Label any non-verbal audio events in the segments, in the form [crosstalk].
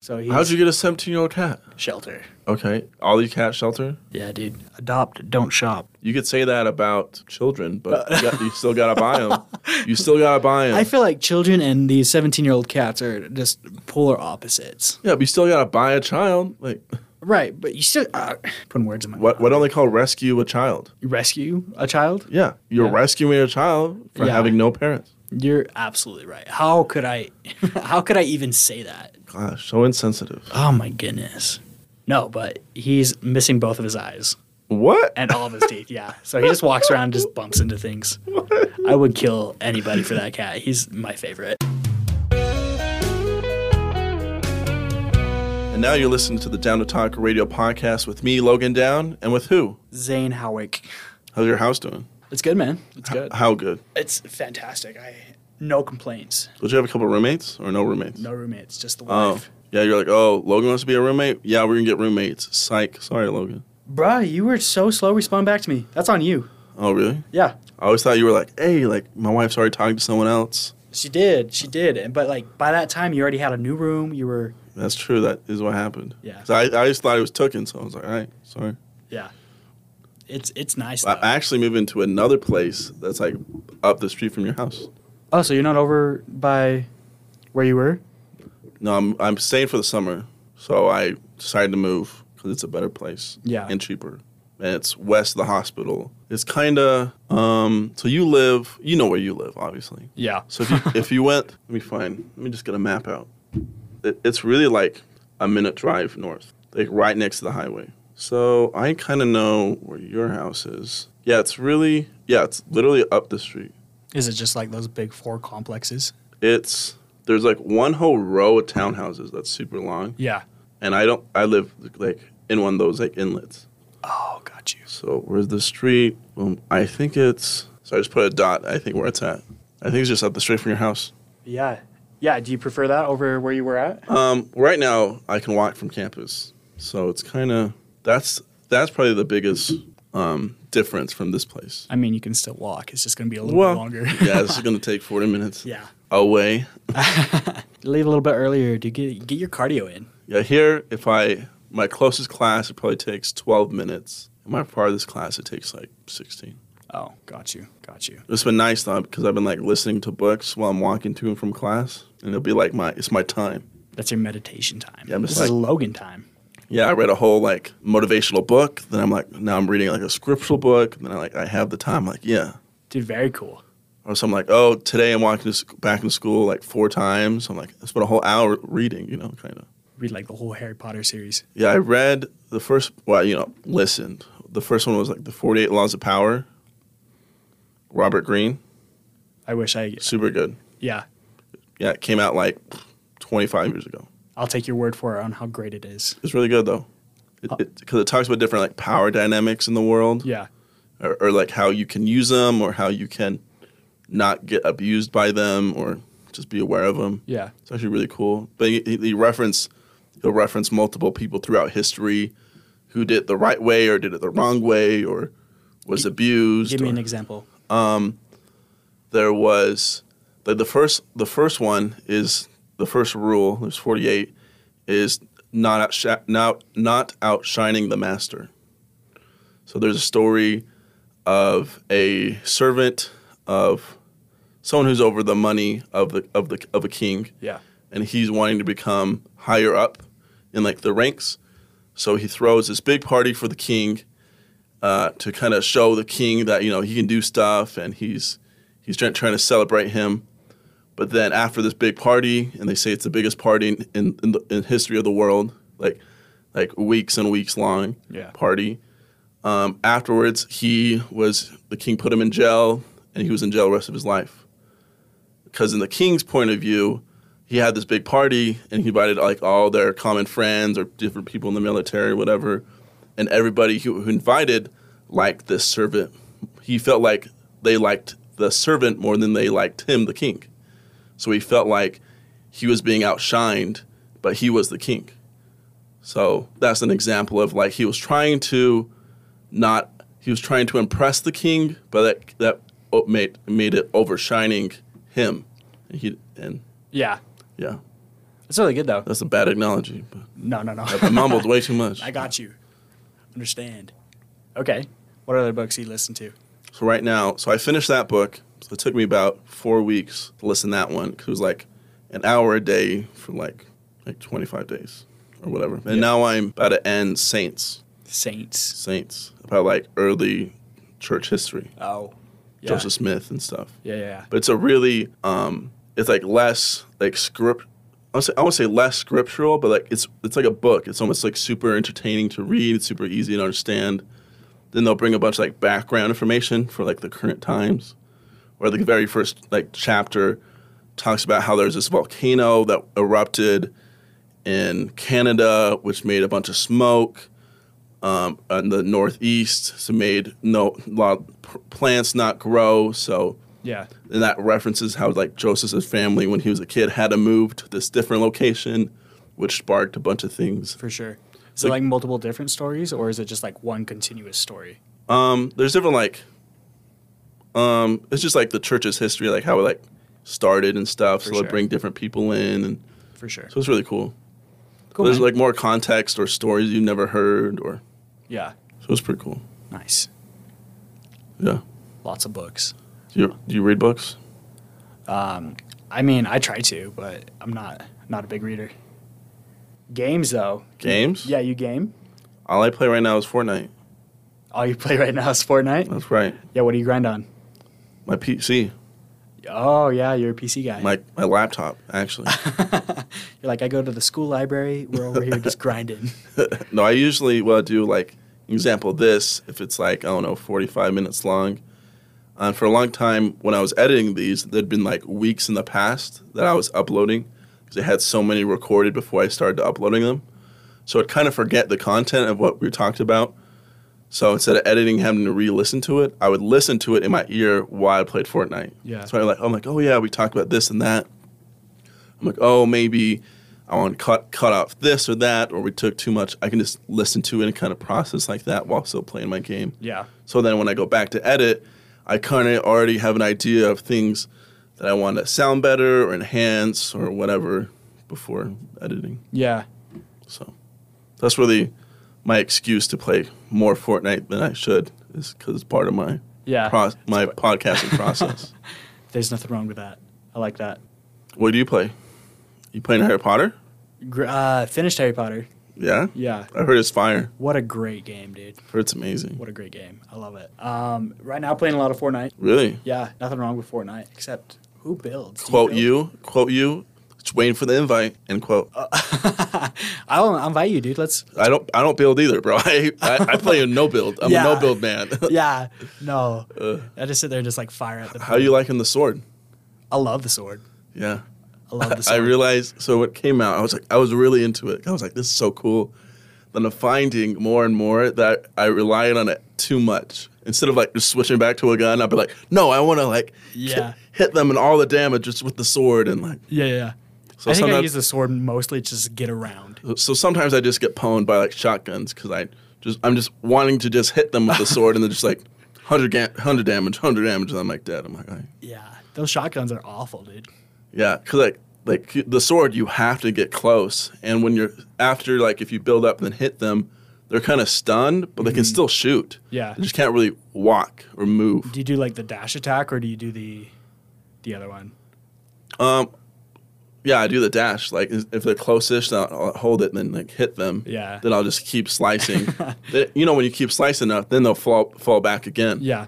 So he's How'd you get a 17 year old cat? shelter. Okay. All you cat shelter? Yeah, dude. Adopt, don't shop. You could say that about children, but you, got, you still gotta buy [laughs] them. You still gotta buy them. I feel like children and these 17 year old cats are just polar opposites. yeah, but you still gotta buy a child. Like, Right, but you still uh, putting words in my what? Why don't they call rescue a child? You rescue a child? Yeah, you're Yeah. rescuing a child for Yeah. having no parents. You're absolutely right. How could I [laughs] how could I even say that? Gosh, so insensitive. Oh my goodness. No, but he's missing both of his eyes What? and all of his teeth. Yeah. So he just walks around and just bumps into things. I would kill anybody for that cat. He's my favorite. [laughs] And now you're listening to the Down to Talk radio podcast with me, Logan Down, and with who? Zane Howick. How's your house doing? It's good, man. It's good. How good? It's fantastic. I no complaints. Did you have a couple roommates or no roommates? No roommates, just the Oh, wife. yeah. You're like, oh, Logan wants to be a roommate. Yeah, we're gonna get roommates. Psych. Sorry, Logan. Bruh, you were so slow responding back to me. That's on you. Oh, really? Yeah. I always thought you were like, hey, like my wife's already talking to someone else. She did. She did. And but like by that time you already had a new room. You were That's true. That is what happened. Yeah. 'Cause I, I just thought it was Tooken, so I was like, all right, sorry. yeah. It's it's nice. I though. I actually moved into another place that's like up the street from your house. oh, so you're not over by where you were? No, I'm I'm staying for the summer, so I decided to move because it's a better place. Yeah. and cheaper, and it's west of the hospital. It's kind of um. So you live, you know where you live, obviously. Yeah. [laughs] So if you, if you went, let me find. Let me just get a map out. It, it's really like a minute drive north, like right next to the highway. So I kind of know where your house is. Yeah, it's really yeah, it's literally up the street. Is it just like those big four complexes? It's there's like one whole row of townhouses that's super long. Yeah. and I don't. I live like in one of those like inlets. Oh, got you. So where's the street? Um, I think it's. So I just put a dot. I think where it's at. I think it's just up the street from your house. Yeah. Yeah. Do you prefer that over where you were at? Um, right now I can walk from campus, so it's kind of that's that's probably the biggest um, difference from this place. I mean, you can still walk. It's just going to be a little Well, bit longer. [laughs] yeah, this is gonna take forty minutes. yeah. Away. [laughs] Leave a little bit earlier to get get your cardio in. Yeah, here if I my closest class it probably takes twelve minutes. My farthest class it takes like sixteen. Oh, got you. Got you. It's been nice though because I've been like listening to books while I'm walking to and from class, and it'll be like my it's my time. That's your meditation time. Yeah, I'm this just is like- Logan time. Yeah, I read a whole like motivational book. Then I'm like, now I'm reading like a scriptural book. And then I like I have the time. like, yeah. Dude, very cool. Or so I'm like, oh, today I'm walking to sc- back to school like four times. I'm like, I spent a whole hour reading, you know, kind of. Read like the whole Harry Potter series. Yeah, I read the first. Well, you know, listened. The first one was like the 48 Laws of Power. Robert Greene, I wish I super good. yeah. Yeah, it came out like 25 years ago. I'll take your word for it on how great it is. It's really good though, because it, 'cause it talks about different like power dynamics in the world, Yeah. or, or like how you can use them, or how you can not get abused by them, or just be aware of them. Yeah. It's actually really cool. But he, he reference he'll reference multiple people throughout history who did it the right way or did it the wrong way or was abused. Give me or- an example. there was the, the first the first one is the first rule there's 48 is not outsh- not not outshining the master so there's a story of a servant of someone who's over the money of the of the of a king Yeah. and he's wanting to become higher up in like the ranks. So he throws this big party for the king uh, to kind of show the king that you know he can do stuff, and he's he's trying, trying to celebrate him. But then after this big party, and they say it's the biggest party in in, in, the, in history of the world, like like weeks and weeks long Yeah. party. Um, afterwards, he was the king put him in jail, and he was in jail the rest of his life. Because in the king's point of view, he had this big party and he invited like all their common friends or different people in the military, whatever. And everybody who, who invited liked this servant. He felt like they liked the servant more than they liked him, the king. So he felt like he was being outshined, but he was the king. So that's an example of like he was trying to not he was trying to impress the king, but that that o- made made it overshining him. And he and Yeah. yeah. It's really good though. That's a bad analogy. But No, no, no. I [laughs] mumbled way too much. I got you. Understand. Okay. What other books you listen to? So right now, so I finished that book. So it took me about four weeks to listen to that one because it was like an hour a day for like like 25 days or whatever. And now I'm about to end Saints. Saints. Saints about like early church history, Oh. Yeah. Joseph Smith and stuff. Yeah, yeah, yeah. But it's a really um, it's like less like script. I would say- I would say less scriptural, but like it's it's like a book. It's almost like super entertaining to read. It's super easy to understand. Then they'll bring a bunch of like background information for like the current times, or the very first like chapter talks about how there's this volcano that erupted in Canada, which made a bunch of smoke um, in the northeast. So made no a lot of p- plants not grow. So Yeah. and that references how like Joseph's family when he was a kid had to move to this different location, which sparked a bunch of things. For sure. Is it like multiple different stories or is it just like one continuous story? Um, there's different like, um, it's just like the church's history, like how it like started and stuff. For so sure. it bring different people in, and For sure. so it's really cool. Cool. there's man. like more context or stories you've never heard, or yeah. so it's pretty cool. Nice. Yeah. Lots of books. Do you, do you read books? Um, I mean, I try to, but I'm not not a big reader. Games though. Games? Yeah, you game? All I play right now is Fortnite. All you play right now [laughs] is Fortnite? That's right. Yeah, what do you grind on? My PC, Oh yeah, you're a PC guy. my my laptop, actually. [laughs] You're like, I go to the school library. We're over here just [laughs] grinding. No, I usually will do like example this if it's like I don't know forty five minutes long. And for a long time when I was editing these, there'd been like weeks in the past that I was uploading because I had so many recorded before I started uploading them. So I'd kind of forget the content of what we talked about. So instead of editing, having to re-listen to it, I would listen to it in my ear while I played Fortnite. Yeah. So I like I'm like, oh yeah, we talked about this and that. I'm like, oh maybe I want to cut cut off this or that, or we took too much. I can just listen to it and kind of process like that while still playing my game. Yeah. So then when I go back to edit, I kind of already have an idea of things that I want to sound better or enhance or whatever before editing. Yeah. So that's really my excuse to play more Fortnite than I should is because it's part of my Yeah. pro- my podcasting process. There's nothing wrong with that. I like that. What do you play? You playing Harry Potter? Gr- uh, finished Harry Potter. Yeah. Yeah. I heard it's fire. What a great game, dude. I heard it's amazing. What a great game. I love it. Um, right now, playing a lot of Fortnite. Really? Yeah, nothing wrong with Fortnite except who builds. Do quote build? you, quote you, just waiting for the invite, end quote. [laughs] I'll I'll invite you, dude. [laughs] Let's. I don't I don't build either, bro. [laughs] I, I, I play a no build. I'm Yeah. a no build man. [laughs] [laughs] Uh, Yeah. No. I just sit there and just like fire at the. How you liking the sword? I love the sword. Yeah. I [laughs] love the I sword. realized so when it came out, I was like I was really into it. I was like, this is so cool. Then I'm finding more and more that I relied on it too much. Instead of like just switching back to a gun, I'd be like, no, I wanna like Yeah. hit, hit them and all the damage just with the sword and like yeah, yeah, yeah. so I think I sometimes- use the sword mostly just to get around. So sometimes I just get pwned by like shotguns because I just I'm just wanting to just hit [laughs] them with the sword and they're just like hundred ga- hundred damage, hundred damage, and I'm like dead. I'm like, "Alright." Yeah, those shotguns are awful, dude. yeah, because like like the sword you have to get close, and when you're after like if you build up and hit them, they're kind of stunned, but they Mm-hmm. can still shoot. Yeah. they just can't really walk or move. Do you do like the dash attack or do you do the the other one? Um, Yeah, I do the dash. Like is- if they're closest, I'll, I'll hold it and then like hit them. Yeah. then I'll just keep slicing. [laughs] They- you know when you keep slicing up, then they'll fall fall back again. Yeah,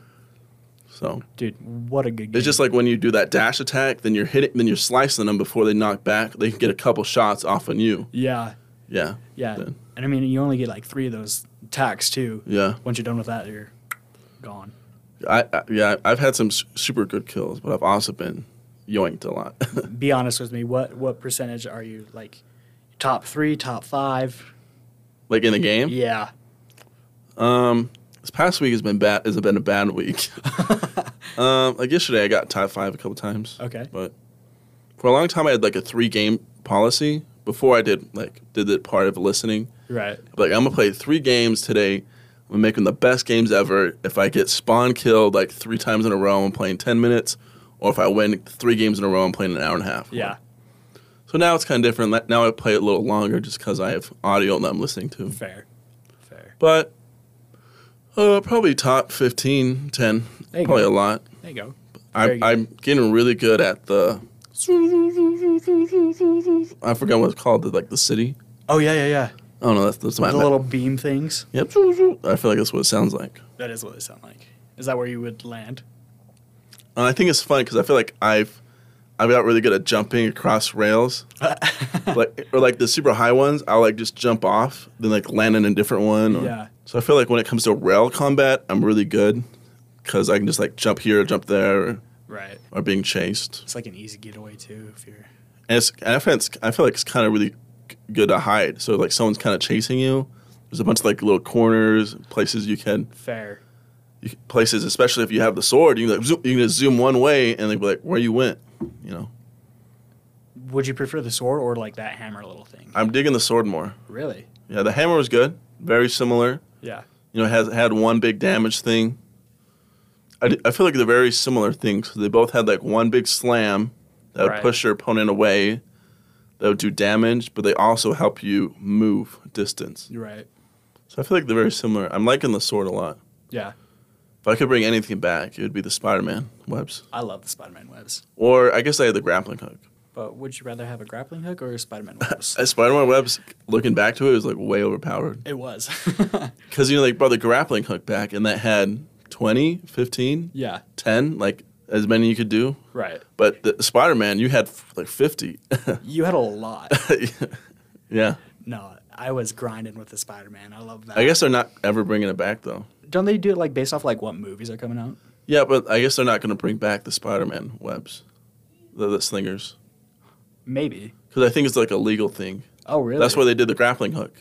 so. dude, what a good game. It's just like when you do that dash attack, then you're hitting, then you're slicing them before they knock back. They can get a couple shots off on you. yeah, Yeah. yeah, Then- and I mean you only get like three of those attacks too. Yeah. Once you're done with that, you're gone. I, I yeah. I've had some s- super good kills, but I've also been yoinked a lot. [laughs] Be honest with me. What what percentage are you like? Top three, top five? like in the game. Yeah, Um, this past week has been bad. Has been a bad week. [laughs] um, like yesterday, I got top five a couple times. [laughs] Okay. But for a long time, I had like a three game policy before I did like did the part of listening. right. Like I'm gonna play three games today. I'm gonna make them the best games ever. If I get spawn killed like three times in a row, I'm playing ten minutes. Or if I win three games in a row, I'm playing an hour and a half. Yeah, So now it's kind of different. Like, Now I play it a little longer just because I have audio that I'm listening to. Fair. Fair. But uh, probably top 15, 10. There you Probably go. a lot. There you go. Very I, good. I'm getting really good at the. I forgot what it's called, the, like the city. Oh yeah, yeah, yeah. Oh no, that's, that's my the little beam things. Yep. I feel like that's what it sounds like. That is what they sound like. Is that where you would [laughs] land? And I think it's fun because I feel like I've I got really good at jumping across [laughs] rails, like or like the super high ones. I'll like just jump off, then like land in a different one. or- Yeah. So I feel like when it comes to rail combat, I'm really good because I can just like jump here, jump there, or, right. or being chased. It's like an easy getaway too. If you're And it's and I feel it's, I feel like it's kind of really g- good to hide. So like someone's kind of chasing you. There's a bunch of like little corners, places you can fair, you, places, especially if you have the sword, you can like zoom, you can just zoom one way and they be like, "Where you went?" You know, would you prefer the sword or like that hammer little thing? I'm digging the sword more. Really? Yeah, the hammer was good, very similar. Yeah. You know, it has had one big damage thing. I, d- I feel like they're very similar things. They both had like one big slam that would Right. push your opponent away, that would do damage, but they also help you move distance. You're right. So I feel like they're very similar. I'm liking the sword a lot. Yeah. If I could bring anything back, it would be the Spider-Man webs, I love the Spider-Man webs. or I guess I had the grappling hook. But would you rather have a grappling hook or a Spider-Man [laughs] webs? As Spider-Man webs, looking back to it, it was like way overpowered. it was. Because, you know, like, brought the grappling hook back, and that had 20, 15, [laughs] yeah. 10, like, as many you could do. Right. But the Spider-Man, you had, f- like, 50. You had a lot. [laughs] yeah. no, I was grinding with the Spider-Man. I love that. I guess they're not ever bringing it back, though. Don't they do it like based off like what movies are coming out? Yeah, but I guess they're not going to bring back the Spider-Man webs, the, the slingers. Maybe. Because I think it's, like, a legal thing. Oh, really? That's why they did the grappling hook.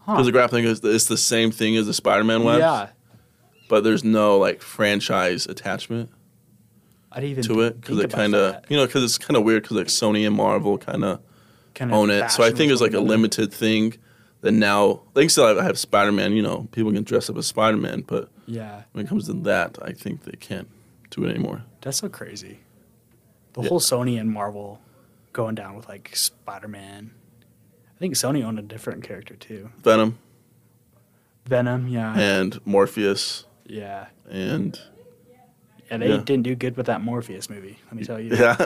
Huh. Because the grappling hook is the, it's the same thing as the Spider-Man webs. Yeah. But there's no, like, franchise attachment. I didn't even to it because it kind of of you know because it's kind of weird because like Sony and Marvel kind of own it. So I think it's like a limited thing. That now I think still I have Spider Man. You know, people can dress up as Spider Man, but Yeah, when it comes to that, I think they can't do it anymore. that's so crazy. The Yeah. whole Sony and Marvel going down with like Spider Man. I think Sony owned a different character too. Venom Venom, yeah, yeah, and Morpheus yeah. and they Yeah. didn't do good with that Morpheus movie. Let me tell you. yeah,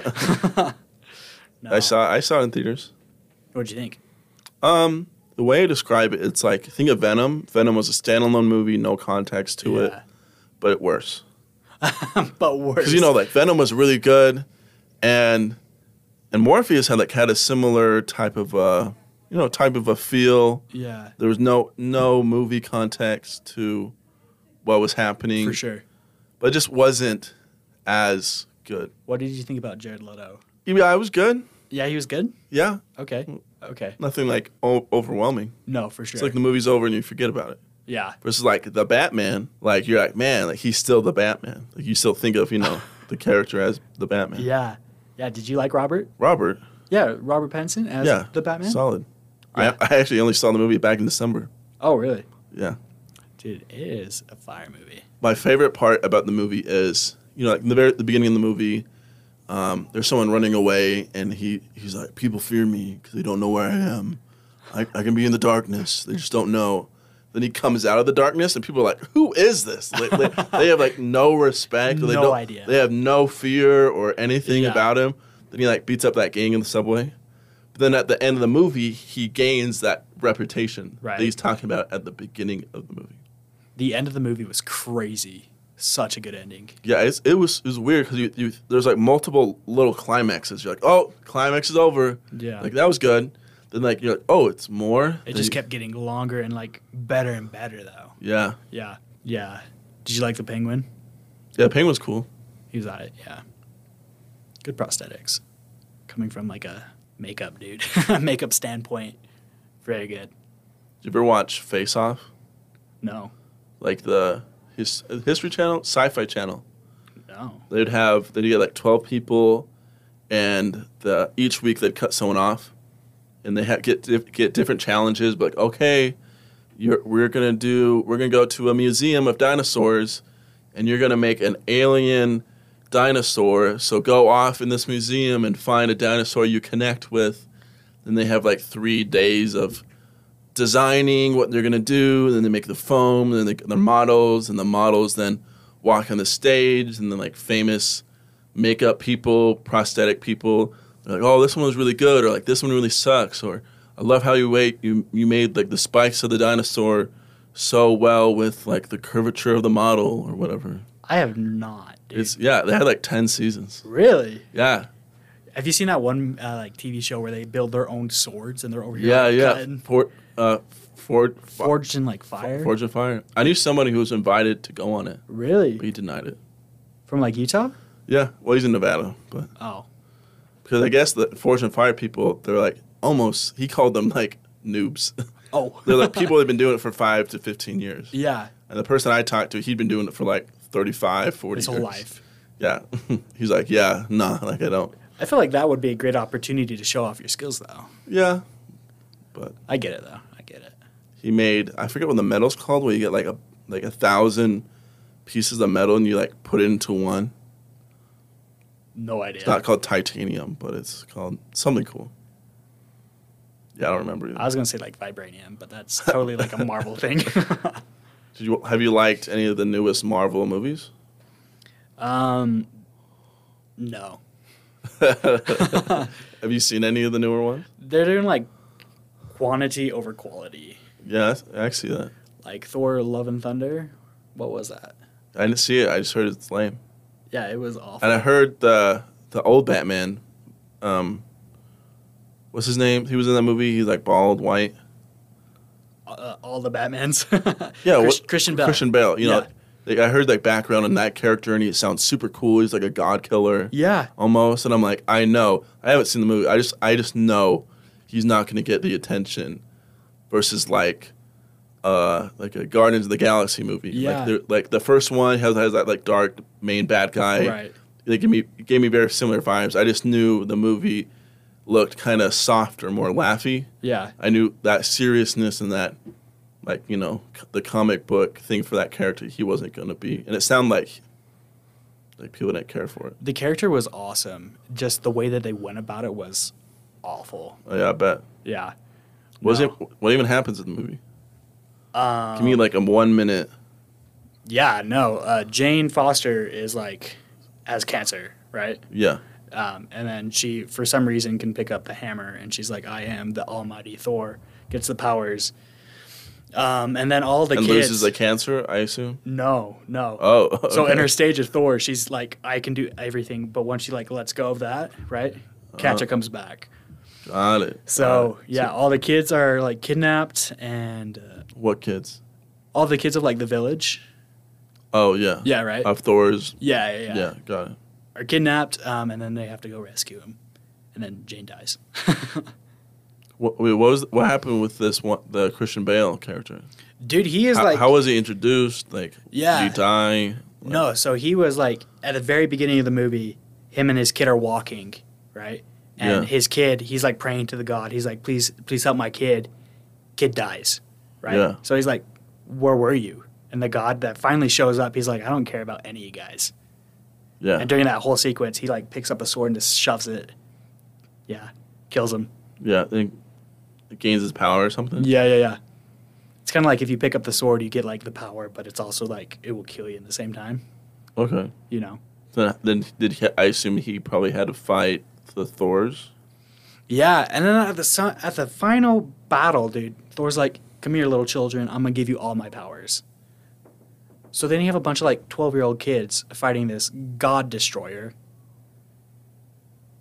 [laughs] No. I saw I saw it in theaters. What'd you think? Um, the way I describe it, it's like think of Venom. Venom was a standalone movie, no context to it, but worse. it, [laughs] but [laughs] worse. because you know like Venom was really good, and and Morpheus had like had a similar type of uh you know type of a feel. yeah, There was no no movie context to what was happening, for sure. but it just wasn't as good. What did you think about Jared Leto? Yeah, I was good. Yeah, he was good. Yeah, Okay, okay. nothing like o- overwhelming. No, for sure. Mm. It's like the movie's over and you forget about it. [laughs] yeah, Versus like the Batman, like you're like man, like he's still the Batman. Like you still think of you know the character as the Batman. yeah, yeah. Did you like Robert? Robert. Yeah, Robert Pattinson as yeah, the Batman. Solid. Yeah. I, I actually only saw the movie back in December. Oh, really? Yeah. Dude, it is a fire movie. My favorite part about the movie is, you know, like in the very the beginning of the movie, um, there's someone running away, and he he's like, people fear me because they don't know where I am. I, I can be in the darkness. They just don't know. Then he comes out of the darkness, and people are like, "Who is this?" [laughs] Like, they, they have like no respect. or they No don't- idea. They have no fear or anything Yeah. about him. Then he like beats up that gang in the subway. But then at the end of the movie, he gains that reputation Right. that he's talking about at the beginning of the movie. The end of the movie was crazy. Such a good ending. Yeah, it's, it was it was weird because you, you there's like multiple little climaxes. You're like, oh, climax is over. Yeah. like that was good. Then like you're like, oh, it's more. It Then just you- kept getting longer and like better and better though. Yeah, Yeah. Yeah. Did you like the penguin? yeah. Penguin's cool. He was on it, yeah. Good prosthetics. Coming from like a makeup dude. [laughs] makeup standpoint. Very good. Did you ever watch Face Off? No. Like the his History Channel, Sci-Fi Channel. No. They'd have they'd get like twelve people, and the each week they'd cut someone off, and they had get dif- get different challenges. But like, okay, you're we're gonna do we're gonna go to a museum of dinosaurs, and you're gonna make an alien dinosaur. So go off in this museum and find a dinosaur you connect with. Then they have like three days of designing what they're gonna do. And then they make the foam. Then they, their models, and the models then walk on the stage. And then like famous makeup people, prosthetic people. They're like, oh, this one was really good, or like this one really sucks, or I love how you wait you you made like the spikes of the dinosaur so well with like the curvature of the model or whatever. I have not. Dude. It's yeah, they had like ten seasons. really? Yeah, Have you seen that one uh, like TV show where they build their own swords and they're over here yeah, like, yeah. cutting, For, uh, Ford, forged in like fire? Forge of Fire. I knew somebody who was invited to go on it, but really? he denied it. From like Utah? Yeah, well, he's in Nevada, but Oh, because I guess the Forge and Fire people, they're like almost. He called them like noobs. [laughs] oh, [laughs] they're like people that've been doing it for five to fifteen years. yeah, And the person I talked to, he'd been doing it for like 35, 40 his whole years. life. Yeah. [laughs] He's like, yeah, nah, like I don't. I feel like that would be a great opportunity to show off your skills, though. Yeah. I get it, though. I get it. He made, I forget what the metal's called, where you get like a like a thousand pieces of metal and you like put it into one. No idea. It's not called titanium, but it's called something cool. Yeah, I don't remember. Either. I was gonna say like vibranium, but that's totally like [laughs] a Marvel thing. [laughs] Did you, have you liked any of the newest [laughs] Marvel movies? [laughs] um, no, [laughs] have you seen any of the newer ones? they're doing like quantity over quality. Yeah, I I see that. Like Thor: Love and Thunder. What was that? I didn't see it. I just heard it's lame. Yeah, it was awful. And I heard the the old Batman, um, what's his name? He was in that movie. He's like bald, white. uh, all the Batmans. [laughs] Yeah, Chris- what- Christian Bell. Christian Bale. You know, Yeah. like, I heard like background on that character, and he sounds super cool. He's like a god killer Yeah, almost. And I'm like, I know. I haven't seen the movie. I just I just know he's not going to get the attention versus like. Uh, like a Guardians of the Galaxy movie. Yeah. Like, they're- like the first one has, has that like dark main bad guy. right. they gave me gave me very similar vibes. I just knew the movie looked kind of softer, more laughy. Yeah, I knew that seriousness and that, like you know, c- the comic book thing for that character he wasn't going to be. And it sounded like like people didn't care for it. the character was awesome. Just the way that they went about it was awful. Oh, yeah, I bet. Yeah. Was No. it? What even happens in the movie? Um, Give me like a one minute. Yeah, no. Uh, Jane Foster is like has cancer, right? Yeah, Um, and then she, for some reason, can pick up the hammer, and she's like, "I am the Almighty Thor." Gets the powers, um, and then all the and kids. loses the cancer. I assume. no, no. Oh, [laughs] So in okay. her stage of Thor, she's like, "I can do everything," but once she like lets go of that, right? Catcher comes back. got it. Uh-huh. So Got it. yeah, all the kids are like kidnapped, and uh, what kids? all the kids of like the village. Oh yeah, Yeah, right. Of Thor's. yeah, yeah, yeah. yeah got it. are kidnapped, um, and then they have to go rescue him, and then Jane dies. [laughs] What, wait, what was what happened with this one? The Christian Bale character. Dude, he is How, like how was he introduced? Like, Yeah. did he die? Like, no. So he was like at the very beginning of the movie, him and his kid are walking, right? And Yeah. his kid, he's like praying to the God. He's like, please, please help my kid. Kid dies, right? Yeah. So he's like, where were you? And the God that finally shows up, he's like, I don't care about any of you guys. Yeah, And during that whole sequence, he like picks up a sword and just shoves it. Yeah, kills him. yeah. Then it gains his power or something. Yeah, yeah, yeah. It's kind of like if you pick up the sword, you get like the power, but it's also like it will kill you at the same time. Okay. You know? Then, then did he, I assume he probably had to fight the Thors? Yeah, and then at the sun, at the final battle, dude, Thor's like, "Come here, little children. I'm gonna give you all my powers." So then you have a bunch of like twelve year old kids fighting this god destroyer.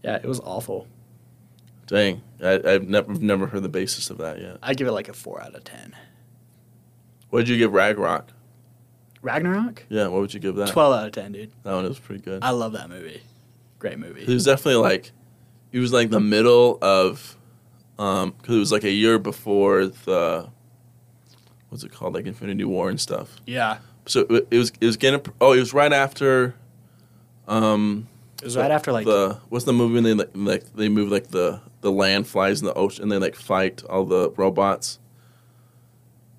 Yeah, it was awful. Dang, I, I've never never heard the basis of that yet. I give it like a four out of ten. What did you give Ragnarok? Ragnarok, Yeah, what would you give that? twelve out of ten, dude. That one was pretty good. I love that movie. Great He movie. was definitely like, he was like the middle of, um, because it was like a year before the, what's it called, like Infinity War and stuff. Yeah, So it, it was it was getting oh it was right after, um, it was right after like the what's the movie when they like, like they move like the the land flies in the ocean and they like fight all the robots.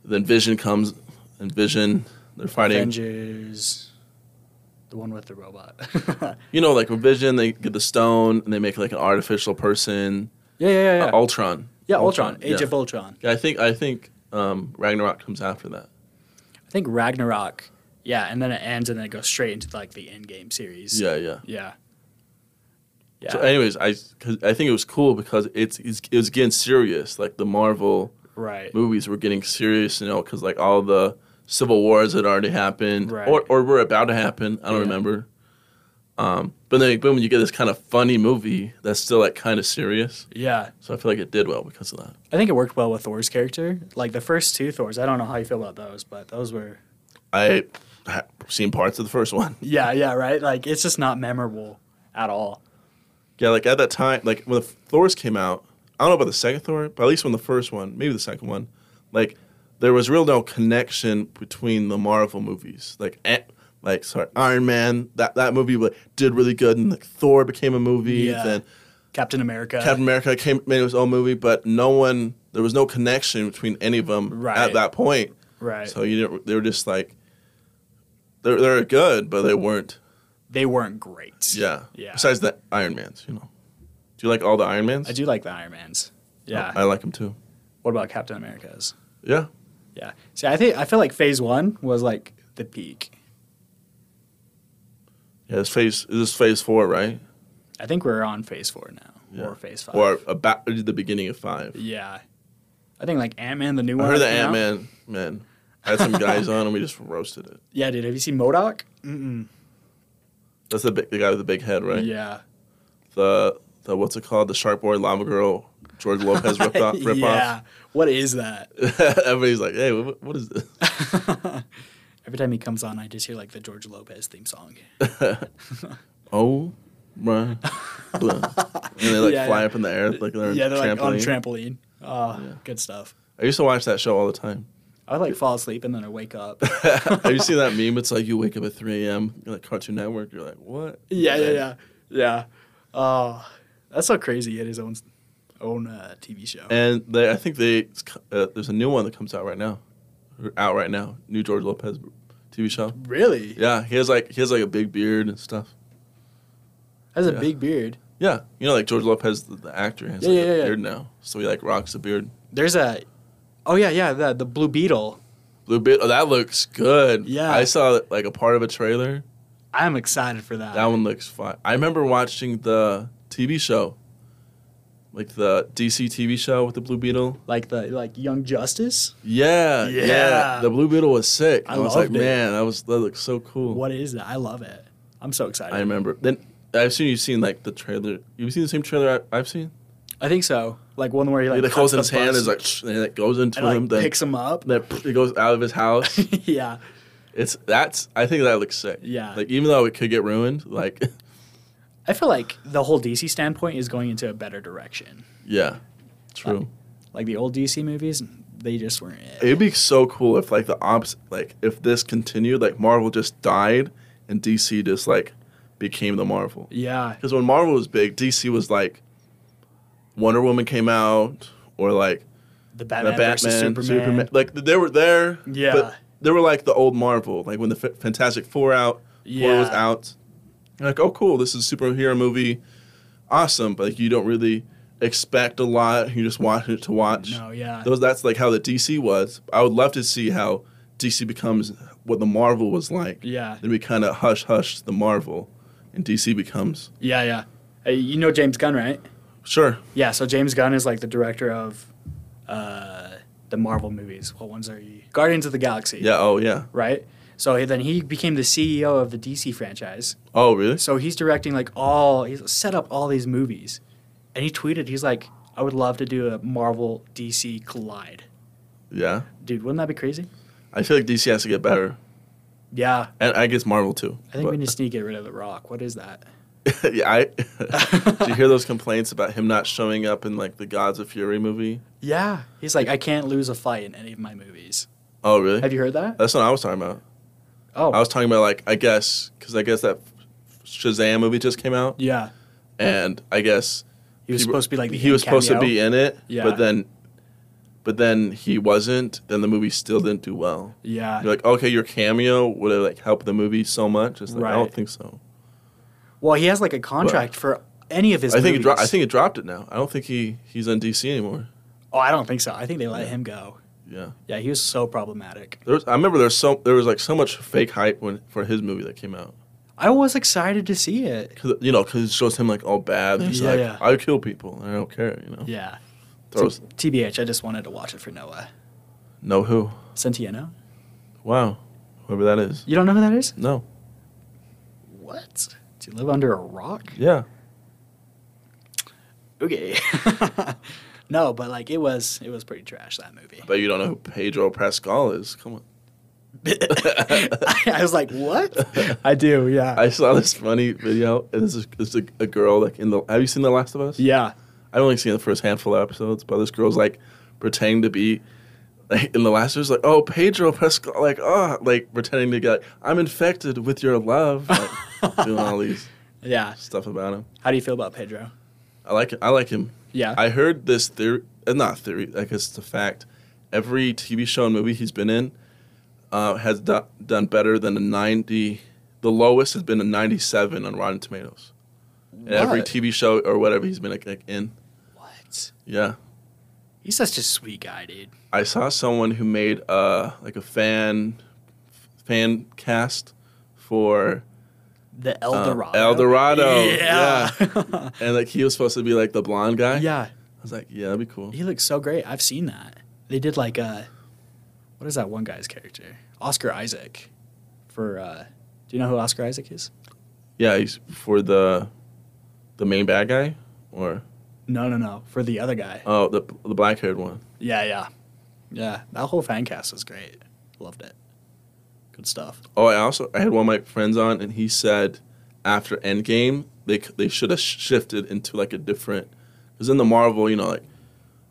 Then Vision comes and Vision they're fighting Avengers. the one with the robot. [laughs] You know, like with Vision, they get the stone and they make like an artificial person. yeah, yeah, yeah, yeah. Uh, Ultron. yeah, Ultron, Age yeah. of Ultron. Yeah, I think I think um, Ragnarok comes after that. I think Ragnarok. Yeah, and then it ends, and then it goes straight into like the end game series. Yeah, yeah. yeah, yeah. So, anyways, I 'cause I think it was cool because it's, it's it was getting serious. Like the Marvel right, movies were getting serious, you know, because like all the civil wars had already happened Right. or or were about to happen. I don't Yeah. remember. Um, but then boom, you get this kind of funny movie that's still like kind of serious. yeah. So I feel like it did well because of that. I think it worked well with Thor's character. Like the first two Thors, I don't know how you feel about those, but those were I have seen parts of the first one. yeah, yeah, right. Like it's just not memorable at all. Yeah, like at that time, like when the Thor's came out, I don't know about the second Thor, but at least when the first one, maybe the second one, like there was real no connection between the Marvel movies. Like, eh, like sorry, Iron Man, that that movie like, did really good, and like Thor became a movie. Yeah. Then Captain America. Captain America came made his own movie, but no one, there was no connection between any of them Right. at that point. right. So you didn't. They were just like, they're they're good, but they weren't. they weren't great. Yeah. Yeah. Besides the Iron Mans, you know. Do you like all the Iron Mans? I do like the Iron Mans. Yeah. I like them too. what about Captain America's? Yeah. Yeah. See, I think I feel like Phase One was like the peak. Yeah, this phase this is phase four, right? I think we're on Phase Four now, Yeah. or Phase Five. Or about the beginning of five. yeah. I think like Ant Man, the new I one. heard the came out. Ant Man man. I had [laughs] some guys on and we just roasted it. Yeah, dude. Have you seen Modoc? Mm-mm. That's the big, the guy with the big head, right? Yeah. The the what's it called? The Shark Boy Lava Girl George Lopez rip off [laughs] rip yeah. What is that? [laughs] off. [laughs] Everybody's like, hey, what, what is this? [laughs] Every time he comes on, I just hear like the George Lopez theme song. Oh [laughs] my blah. and they like Yeah, fly yeah. up in the air like they're, yeah, they're trampoline. like on trampoline. Oh, good stuff. I used to watch that show all the time. I would like fall asleep and then I wake [laughs] up. [laughs] Have you seen that meme? It's like you wake up at 3 a.m. You're like Cartoon Network. You're like, what? yeah, yeah, yeah, yeah. Oh, that's so crazy. He had his own own uh, TV show. And they, I think they uh, there's a new one that comes out right now, Or out right now. New George Lopez TV show. really? Yeah, he has like he has like a big beard and stuff. That's a Yeah. big beard. Yeah, you know, like George Lopez, the, the actor, has Yeah, like yeah, a yeah. beard now, so he like rocks the beard. There's a. Oh yeah, yeah. The the Blue Beetle. Blue bit. Oh, that looks good. Yeah. I saw like a part of a trailer. I'm excited for that. That one looks fun. I remember watching the TV show, like the DC TV show with the Blue Beetle. Like the like Young Justice. Yeah, yeah. Yeah. The Blue Beetle was sick. I I, was like, loved it. man, that was that looks so cool. What is that? I love it. I'm so excited. I remember. Then I've seen you've seen like the trailer. You've seen the same trailer I, I've seen. I think so. Like one where he Like, like it holds in cuts his the hand, bus is like, shh, and it goes into and, like, him. Then, picks him up. [laughs] [laughs] then it goes out of his house. yeah. it's that's. I think that looks sick. Yeah. Like even though it could get ruined, like [laughs] I feel like the whole DC standpoint is going into a better direction. yeah, true. Like the old DC movies, they just weren't it. It'd be so cool if like the ops, like if this continued, like Marvel just died and DC just like became the Marvel. Yeah. Because when Marvel was big, DC was like Wonder Woman came out, or like The Batman, the versus Batman, Superman. Like they were there, Yeah. but they were like the old Marvel, like when the F- Fantastic Four out, Four was Yeah. out. You're like, oh, cool, this is a superhero movie, awesome. But like you don't really expect a lot. You just watch it to watch. No, yeah. Those that's like how the DC was. I would love to see how DC becomes what the Marvel was like. Yeah. Then we kind of hush hush the Marvel, and DC becomes Yeah, yeah. Hey, you know James Gunn, right? sure. Yeah, so James Gunn is like the director of uh, the Marvel movies. What ones are you? Guardians of the Galaxy. Yeah. Oh yeah. Right? So he- then he became the CEO of the DC franchise. Oh really? So he's directing like all, he's set up all these movies. And he tweeted, he's like, I would love to do a Marvel DC collide. Yeah. Dude, wouldn't that be crazy? I feel like DC has to get better, Yeah. and I guess Marvel too. I think but- we [laughs] just need to get rid of The Rock. What is that? [laughs] yeah, I, did you hear those complaints about him not showing up in like the Gods of Fury movie? Yeah. He's like, I can't lose a fight in any of my movies. Oh, really? Have you heard that? That's not what I was talking about. Oh. I was talking about like I guess because I guess that Shazam movie just came out, yeah. and I guess He was people- supposed to be like the he was supposed to cameo. be in it, Yeah. but then, but but then he wasn't, then the movie still didn't do well. Yeah. You're like, okay, your cameo would have like helped the movie so much. It's like, I Right. don't think so. Well, he has like a contract for any of his. I think it movies. dro- I think it dropped it now. I don't think he he's on DC anymore. Oh, I don't think so. I think they let Yeah. him go. Yeah, Yeah, he was so problematic. there was, I remember there was so there was like so much fake hype when for his movie that came out. I was excited to see it. 'Cause, you know, because it shows him like all bad. He's Yeah, like, yeah. I kill people. I don't care. You know, Yeah. throws TBH, I just wanted to watch it for Noah. no who. Sentieno? Wow, whoever that is. You don't know who that is? No, What? Do you live under a rock? yeah, Okay. [laughs] no, but like it was it was pretty trash that movie. [laughs] but you don't know who Pedro Pascal is. Come on. I, was like, "What?" I do, yeah. I saw this funny video, and this is this is a, a girl like in the. Have you seen The Last of Us? yeah. I've only seen the first handful of episodes, but this girl's like pretending to be like in the last was like, oh Pedro Pascal, like oh like pretending to get like, I'm infected with your [laughs] love, like, doing all these Yeah. stuff about him. How do you feel about Pedro? I like I like him. Yeah. I heard this theory, uh, not theory, I guess it's a fact. Every TV show and movie he's been in uh, has do- done better than a 90. The lowest has been a 97 on Rotten Tomatoes. And Every What? TV show or whatever he's been like, like, in. what? Yeah. He's such a sweet guy, dude. I saw someone who made uh like a fan fan cast for The uh, Eldorado. El Dorado. Yeah. [laughs] Yeah. And like he was supposed to be like the blonde guy. yeah. I was like, yeah, that'd be cool. He looks so great. I've seen that. They did like uh what is that one guy's character? Oscar Isaac for uh do you know who Oscar Isaac is? Yeah, he's for the the main bad guy or No, no, no. For the other guy. oh the the black haired one. Yeah, yeah. Yeah. That whole fan cast was great. Loved it. Good stuff. Oh, I also I had one of my friends on and he said after Endgame they c- they should have shifted into like a different because in the Marvel you know like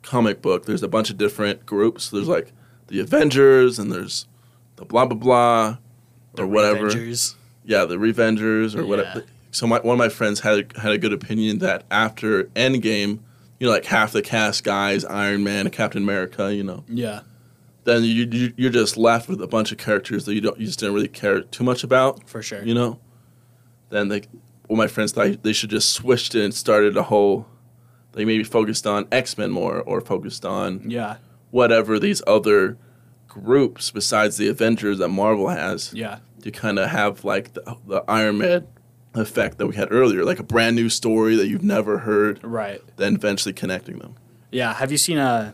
comic book there's a bunch of different groups there's like the Avengers and there's the blah blah blah or whatever Avengers. yeah the Revengers or Yeah. whatever. So my, one of my friends had had a good opinion that after Endgame you know like half the cast guys Iron Man Captain America you know Yeah. then you, you you're just left with a bunch of characters that you don't you just didn't really care too much about For sure. you know then they well my friends thought they should just switched it and started a whole they maybe focused on x-men more or focused on yeah. whatever these other groups besides the avengers that marvel has Yeah. to kind of have like the, the iron man effect that we had earlier like a brand new story that you've never heard Right. then eventually connecting them Yeah. Have you seen uh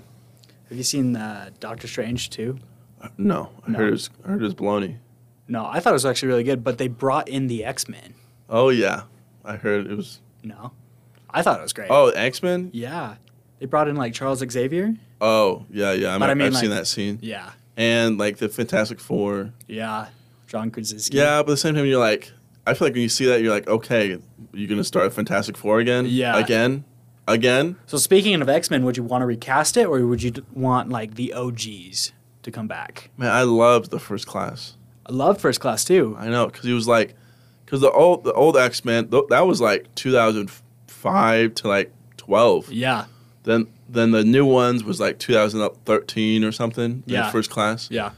have you seen uh Doctor Strange too? Uh, no i No. heard it was, I heard it was baloney No, I thought it was actually really good, but they brought in the X Men. oh yeah i heard it was No. I thought it was great. oh x-men Yeah. They brought in like Charles Xavier. oh yeah yeah I But I mean, have seen like- that scene Yeah. and like the fantastic four Yeah. John Krasinski. Yeah, but at the same time, you're like, I feel like when you see that, you're like, okay, you're gonna start Fantastic Four again, Yeah. again, again. So speaking of X Men, would you want to recast it, or would you d- want like the OGs to come back? Man, I loved the first class. I love First Class too. I know because he was like, because the old the old X Men th- that was like 2005 to like 12. Yeah. Then then the new ones was like 2013 or something. the Yeah. first class. Yeah.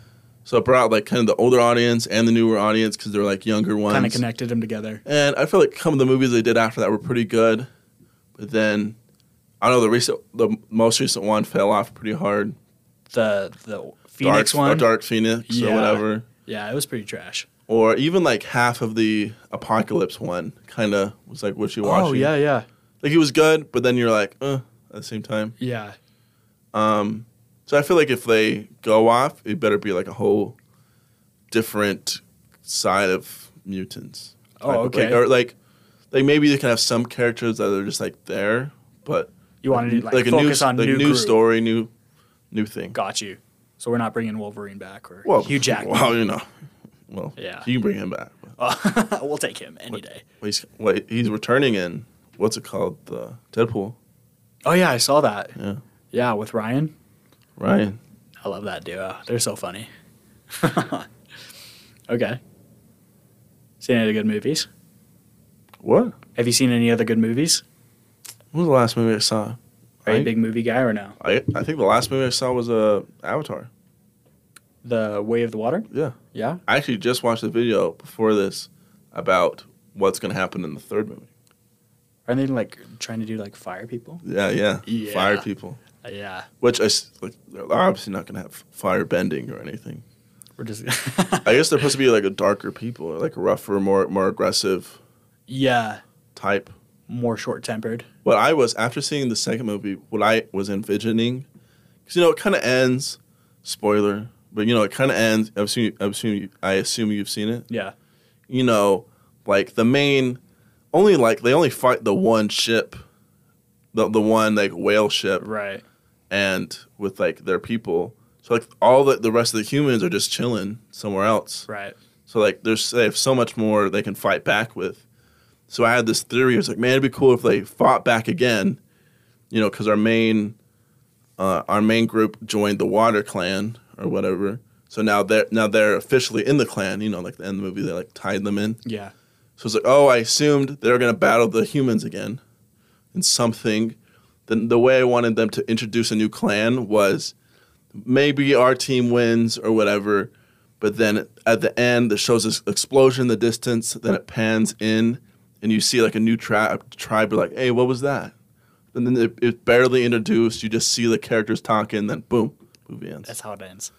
So it brought like kind of the older audience and the newer audience because they're like younger ones. Kind of connected them together. And I feel like some of the movies they did after that were pretty good, but then I know the recent, the most recent one fell off pretty hard. The the Phoenix Dark, one. or Dark Phoenix, Yeah. or whatever, Yeah, it was pretty trash. or even like half of the Apocalypse one kind of was like what you watching. Oh yeah, yeah, like it was good, but then you're like, uh, at the same time. yeah. Um, so I feel like if they go off, it better be like a whole different side of mutants. Oh, Like- okay. Like, or like, like maybe they can have some characters that are just like there, but You wanted to like, a new, focus s- on like new, new group. story, new new thing. Got you. So we're not bringing Wolverine back or Well, Hugh Jackman. Well, you know, well, Yeah. you can bring him back. [laughs] But we'll take him any day. he's, wait, he's returning in what's it called? The Deadpool. Oh yeah, I saw that. Yeah, Yeah, with Ryan. Ryan. I love that duo. They're so funny. [laughs] okay. Seen any other good movies? What? Have you seen any other good movies? When was the last movie I saw? Are you a I- big movie guy or no? I, I think the last movie I saw was uh, Avatar. The Way of the Water? Yeah. Yeah. I actually just watched a video before this about what's going to happen in the third movie. Aren't they like trying to do like fire people? Yeah, yeah. Yeah. Fire people. Uh, Yeah. Which I, s- like, they're obviously not going to have fire bending or anything. We're [laughs] just. I guess they're supposed to be like a darker people, or like a rougher, more more aggressive yeah. type. More short tempered. What I was after seeing the second movie, what I was envisioning, because you know it kind of ends, spoiler, but you know it kind of ends. I assume, I assume I assume you've seen it. Yeah. You know, like the main, only like they only fight the one ship, the the one like whale ship, Right. and with like their people. So like all the the rest of the humans are just chilling somewhere else. Right. So like there's they have so much more they can fight back with. So I had this theory. I was like, man, it'd be cool if they fought back again, you know, because our main uh, our main group joined the Water Clan or whatever. So now they're now they're officially in the clan. You know, like the end of the movie, they like tied them in. Yeah. So it's like, oh, I assumed they were gonna battle the humans again, in something. Then the way I wanted them to introduce a new clan was maybe our team wins or whatever, but then at the end it shows this explosion in the distance, then it pans in, and you see like a new tri- tribe. You're like, hey, what was that? And then it, it's barely introduced. You just see the characters talking, then boom, movie ends. That's how it ends.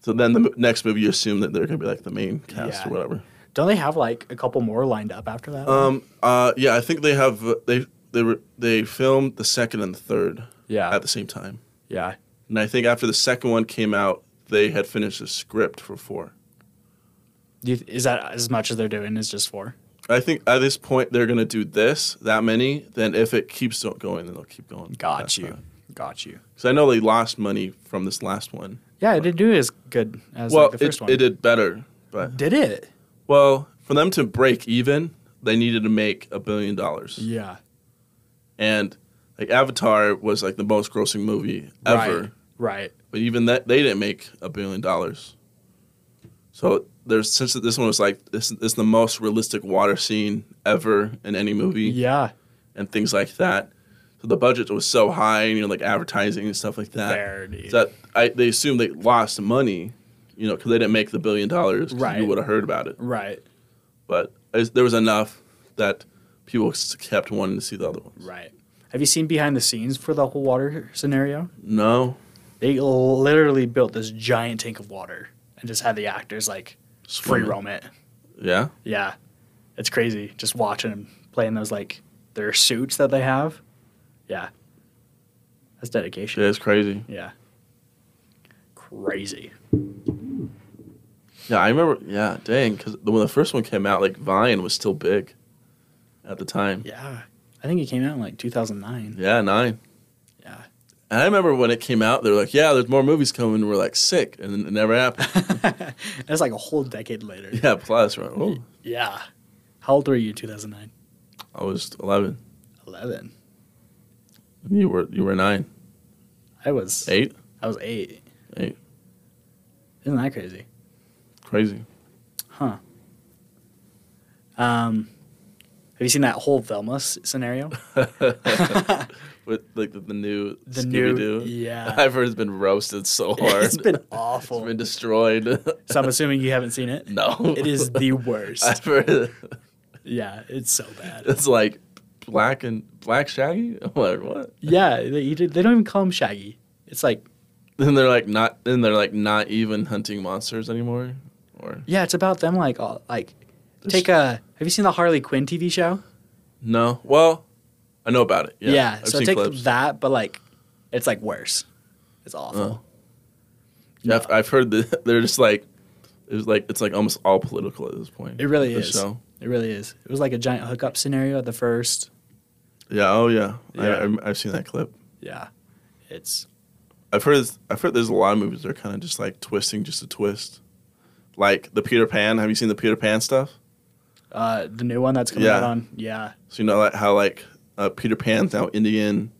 so then the m- next movie, you assume that they're gonna be like the main cast Yeah. or whatever. Don't they have like a couple more lined up after that? Um. Uh. Yeah. I think they have uh, they they were they filmed the second and the third yeah. at the same time, Yeah. and I think after the second one came out, they had finished the script for four. Do you, is that as much as they're doing is just four? I think at this point they're gonna do this that many. Then if it keeps on going, then they'll keep going. Got you. Got you. Because I know they lost money from this last one. Yeah, it didn't do as good as well, like, the it, first one. it did better, but Did it? well, for them to break even, they needed to make a billion dollars. Yeah. And like Avatar was like the most grossing movie ever. Right. Right. But even that, they didn't make a billion dollars. So there's since this one was like this, this is the most realistic water scene ever in any movie Yeah. and things like that. So the budget was so high, and you know, like advertising and stuff like that. There it is. That I, they assumed they lost money, you know, because they didn't make the billion dollars. 'cause Right. You would have heard about it, Right. but it's- there was enough that people s- kept wanting to see the other ones. Right. Have you seen behind the scenes for the whole water scenario? No, They literally built this giant tank of water and just had the actors like free Swimming. roam it. Yeah. Yeah. It's crazy just watching them playing those like their suits that they have. Yeah. That's dedication. Yeah, it's crazy. Yeah. Crazy. Yeah, I remember. Yeah, dang, because when the first one came out, like Vine was still big at the time. Yeah. I think it came out in like [laughs] 2009. Yeah, nine. Yeah. And I remember when it came out, they were like, "Yeah, there's more movies coming." And we're like, "Sick," and then it never happened. [laughs] That's like a whole decade later. yeah, plus, we're like, oh, Yeah. How old were you in 2009? I was eleven. 11. You were you were nine, I was eight, I was 8. eight. Isn't that crazy? Crazy. [laughs] Um have you seen that whole Velma s- [laughs] scenario? [laughs] With like the, the new The new- Scooby Doo. yeah. I've heard it's been roasted so [laughs] hard. it's been [laughs] It's awful. been destroyed. [laughs] so I'm assuming you haven't seen it. no, It is the worst. [laughs] I've heard Yeah, it's so bad. it's like black and black Shaggy. [laughs] I'm like, what? Yeah, they, you did- they don't even call him Shaggy. It's like, then they're like not then they're like not even hunting monsters anymore or yeah, it's about them. Like, all, like, take a. Have you seen the Harley Quinn TV show? no well i know about it yeah, Yeah. I've so seen take clips. that, but like, it's like worse. It's Uh, awful. yeah, I've, I've heard that [laughs] they're just like it's like it's like almost all political at this point It really the is. show. It really is. It was like a giant hookup scenario at the first. yeah oh yeah, Yeah. I, I, i've seen that clip Yeah, it's i've heard i've heard there's a lot of movies that are kind of just like twisting just a twist like the peter pan have you seen the peter pan stuff uh, the new one that's coming out Yeah. on. Yeah, So you know like how like uh, Peter Pan's now Indian,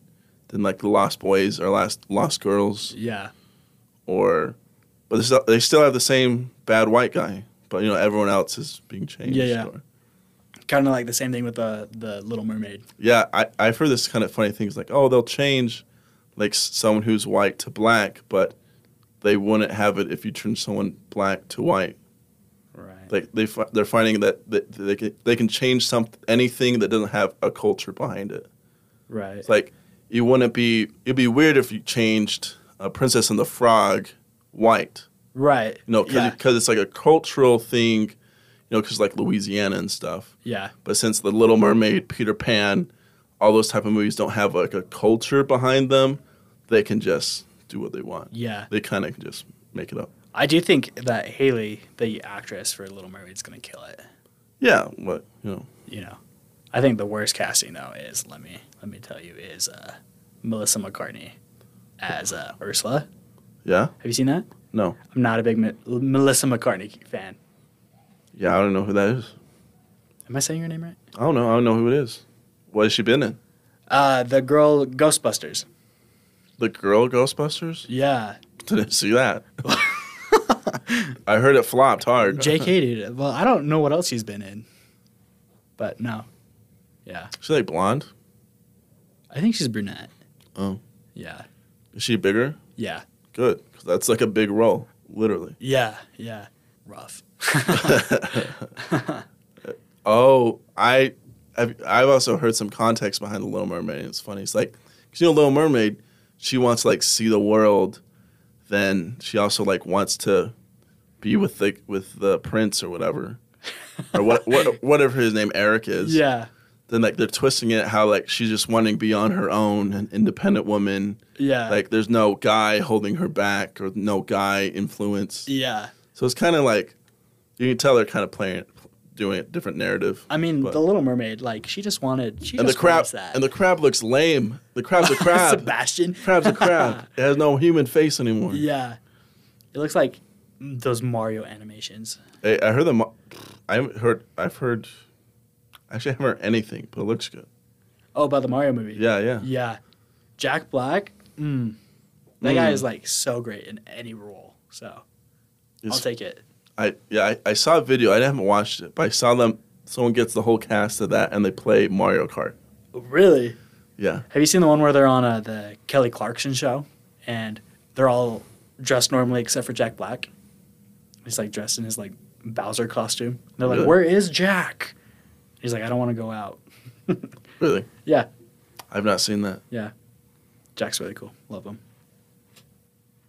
then like the Lost Boys or Last Lost Girls yeah, or, but they still, they still have the same bad white guy, but you know everyone else is being changed. Yeah, yeah. or- kind of like the same thing with the the Little Mermaid. yeah. I I've heard this kind of funny things like oh they'll change like s- someone who's white to black, but they wouldn't have it if you turned someone black to white. Right. Like they fi- they're finding that that they can they can change some anything that doesn't have a culture behind it. right. It's like you wouldn't be it'd be weird if you changed uh, Princess and the Frog white. right. You know, because yeah. it's like a cultural thing. You know, because like Louisiana and stuff. yeah. But since The Little Mermaid, Peter Pan, all those type of movies don't have like a culture behind them, they can just do what they want. Yeah. They kind of can just make it up. I do think that Haley, the actress for Little Mermaid, is going to kill it. Yeah, but you know, You know, I think the worst casting though is let me let me tell you is uh, Melissa McCartney as uh, Ursula. yeah, Have you seen that? no, I'm not a big Me- Melissa McCartney fan. yeah, I don't know who that is. Am I saying your name right? I don't know. I don't know who it is. What has she been in? Uh, the girl Ghostbusters. The Girl Ghostbusters? Yeah, [laughs] Didn't see that. I heard it flopped hard. [laughs] J.K. Dude. Well, I don't know what else she's been in, but no, yeah, Is she like blonde? I think she's brunette. Oh. yeah, Is she bigger? yeah, Good, 'cause that's like a big role, literally. [laughs] yeah, yeah. Rough. Oh, I, I've, I've also heard some context behind the Little Mermaid. and It's funny. It's like, 'cause, you know, Little Mermaid, she wants to like see the world. Then she also like wants to be with the with the prince or whatever, [laughs] [laughs] or what, what whatever his name Eric is. yeah, Then like they're twisting it how like she's just wanting to be on her own, an independent woman. yeah, Like there's no guy holding her back or no guy influence. yeah. So it's kind of like you can tell they're kind of playing, doing a different narrative. I mean, But- the Little Mermaid, like she just wanted, she and the just crab wants that. and the crab looks lame. The [laughs] crab's a crab. Sebastian. crab's a crab. It has no human face [laughs] anymore. Yeah, it looks like those Mario animations. I, I heard them. I haven't heard. I've heard. Actually, I haven't heard anything, but it looks good. Oh, about the Mario movie. Yeah, yeah. [laughs] Yeah. Jack Black, mm. that guy Mm. is like so great in any role. So It's- I'll take it. I yeah. I, I saw a video. I haven't watched it, but I saw them. Someone gets the whole cast of that, and they play Mario Kart. Really? Yeah. Have you seen the one where they're on uh, the Kelly Clarkson show and they're all dressed normally except for Jack Black? He's like dressed in his like Bowser costume. And they're like, Really? "Where is Jack?" He's like, "I don't want to go out." [laughs] Really. Yeah, I've not seen that. Jack's really cool. Love him.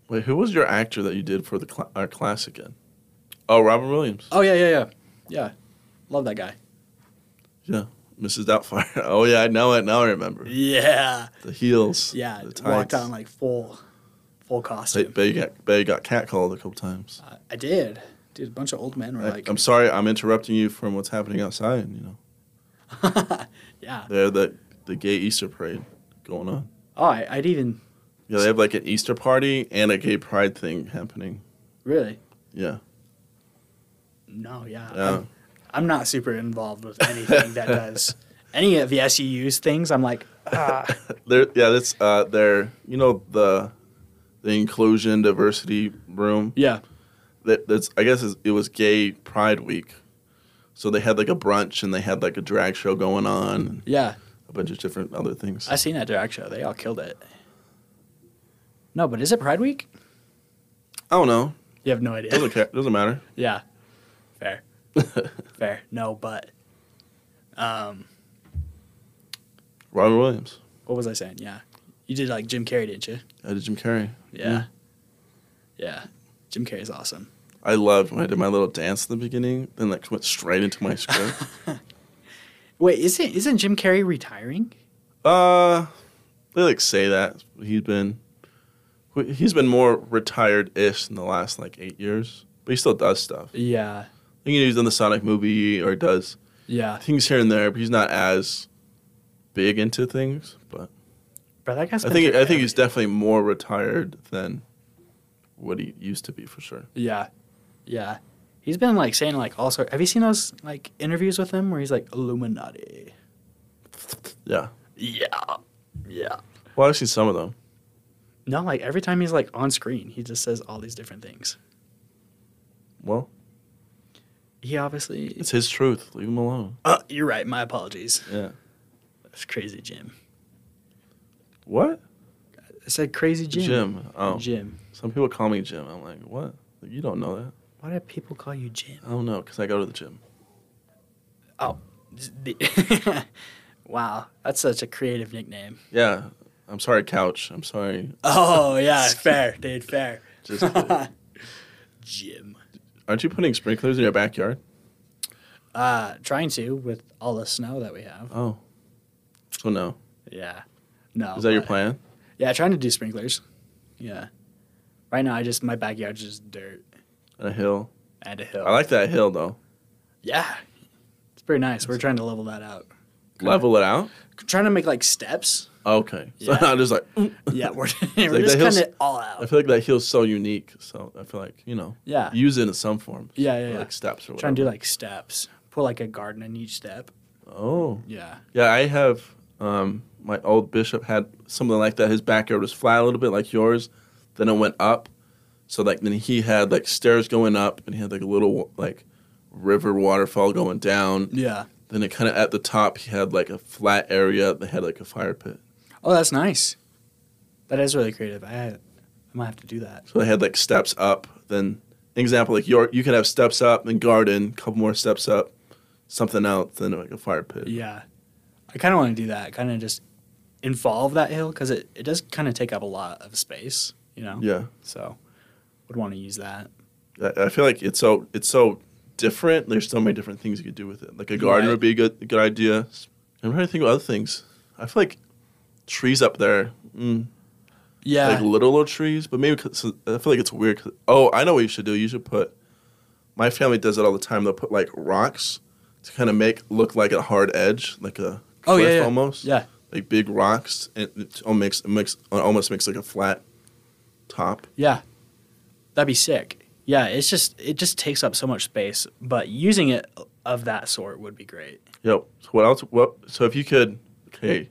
Wait, who was your actor that you did for the cl- our class again? Oh, Robin Williams. Oh yeah, yeah, yeah, yeah. Love that guy. Mrs. Doubtfire. [laughs] Oh yeah, I know it. Now I remember Yeah, the heels. yeah. the Walked tights. on like full, full Bay, costume. Bay got Bay got catcalled a couple times. I, I did. Dude, a bunch of old men were like, I, am sorry, I'm interrupting you from what's happening outside. You know, [laughs] yeah. they're the the gay Easter parade going on. Oh, I, I'd even Yeah, they have like an Easter party and a gay pride thing happening. really. Yeah, No, yeah. yeah. I'm, I'm not super involved with anything that does any of the SEU's things. I'm like, ah, They're yeah, that's uh, they're you know the the inclusion diversity room. yeah, that that's I guess is- it was Gay Pride Week, so they had like a brunch and they had like a drag show going on, and yeah. a bunch of different other things. I seen that drag show. They all killed it. No, but is it Pride Week? I don't know. You have no idea. Doesn't care. Doesn't matter. Yeah. Fair. Fair. No, but um Robin Williams. what was I saying? Yeah. You did like Jim Carrey, didn't you? I did Jim Carrey. Yeah. Yeah. Jim Carrey's awesome. I loved when I did my little dance in the beginning, then like went straight into [laughs] my script. Wait, isn't isn't Jim Carrey retiring? uh, they like say that he's been he's been more retired ish in the last like eight years, but he still does stuff. Yeah. You know, he's done the Sonic movie or does Yeah. things here and there, but he's not as big into things. But But that guy's I been think through I think he's everything. definitely more retired than what he used to be for sure. Yeah. Yeah. He's been like saying like all sorts have you seen those like interviews with him where he's like Illuminati? Yeah. Yeah. Yeah. Well, I've seen some of them. No, like every time he's like on screen, he just says all these different things. Well, He obviously it's his truth. Leave him alone. Uh, you're right. My apologies. Yeah. That's crazy, Jim. What? I said crazy Jim. Jim. Oh, Jim. some people call me Jim. I'm like, what? You don't know that? Why do people call you Jim? I don't know because I go to the gym. [laughs] wow, that's such a creative [laughs] nickname. Yeah. I'm sorry, couch. I'm sorry. Oh yeah, fair, dude, fair. Just [laughs] [laughs] Jim. aren't you putting sprinklers in your backyard? Uh, trying to with all the snow that we have. Oh. So no. Yeah. No. Is that your but- plan? Yeah, trying to do sprinklers. Yeah. Right now, I just my backyard's just dirt A hill. and a hill. I like that hill though. Yeah. It's pretty nice. We're trying to level that out. Level it out. Trying to make like [laughs] steps. Okay. So Yeah. I'm just like, "Mm." [laughs] Yeah, we're, we're like just the hills- cutting it all [laughs] I out. feel like that hill's so unique. So I feel like you know, Yeah. use it in some form. Yeah, yeah, yeah. Like steps or whatever. Trying to do like steps. Put like a garden in each step. Oh. Yeah. Yeah, I have. Um, my old bishop had something like that. His backyard was flat a little bit like yours. Then it went up. So like then he had like stairs going up, and he had like a little like river waterfall going down. Yeah. Then it kind of at the top he had like a flat area. They had like a fire pit. Oh, that's nice. That is really creative. I, I might have to do that. So they had like steps up. Then an example like your you could have steps up and garden, couple more steps up, something else, then like a fire pit. Yeah. I kind of want to do that. Kind of just involve that hill because it, it does kind of take up a lot of space, you know? Yeah. So would want to use that. I I feel like it's so it's so different. There's so many different things you could do with it. Like a garden Right. would be a good a good idea. I'm trying to think of other things. I feel like trees up there, mm, Yeah. like little little trees, but maybe 'cause- I feel like it's weird. 'cause- oh, I know what you should do. You should put. My family does it all the time. They'll put like rocks to kind of make look like a hard edge, like a oh, cliff yeah, yeah. almost. Yeah. like big rocks, and it almost makes it makes it almost makes like a flat top. Yeah. That'd be sick. Yeah, it's just it just takes up so much space, but using it of that sort would be great. Yep. So what else? What? So if you could, okay,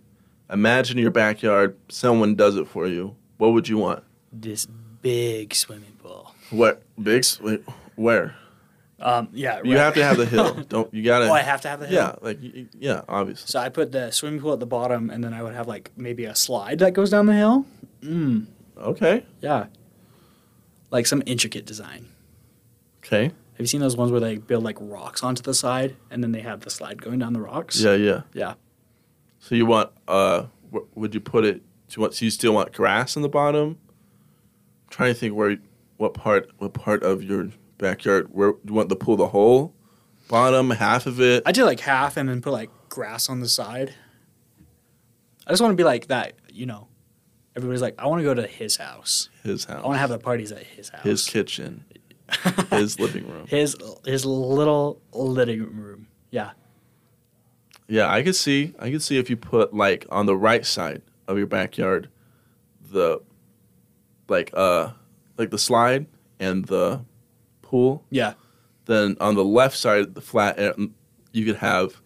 imagine your backyard. Someone does it for you. What would you want? This big swimming pool. What? Big? s- Wait, where? Um, yeah, You right. have to have [laughs] the hill. Don't you gotta? oh, I have to have the hill. Yeah, like y- y- yeah, obviously. So I put the swimming pool at the bottom, and then I would have like maybe a slide that goes down the hill. Mm, Okay. yeah, like some intricate design. Okay. Have you seen those ones where they build like rocks onto the side, and then they have the slide going down the rocks? Yeah, yeah. Yeah. So you want? Uh, wh- would you put it? Do you want? So you still want grass in the bottom? I'm trying to think where, what part? What part of your backyard? Where do you want the pool? The whole bottom half of it? I did like half and then put like grass on the side. I just want to be like that, you know. Everybody's like, I want to go to his house. His I want house. to have the parties at his house. His kitchen. His living room. [laughs] his his little living room. Yeah. Yeah, I could see. I could see if you put like on the right side of your backyard, the like uh like the slide and the pool. Yeah. Then on the left side, the flat air, you could have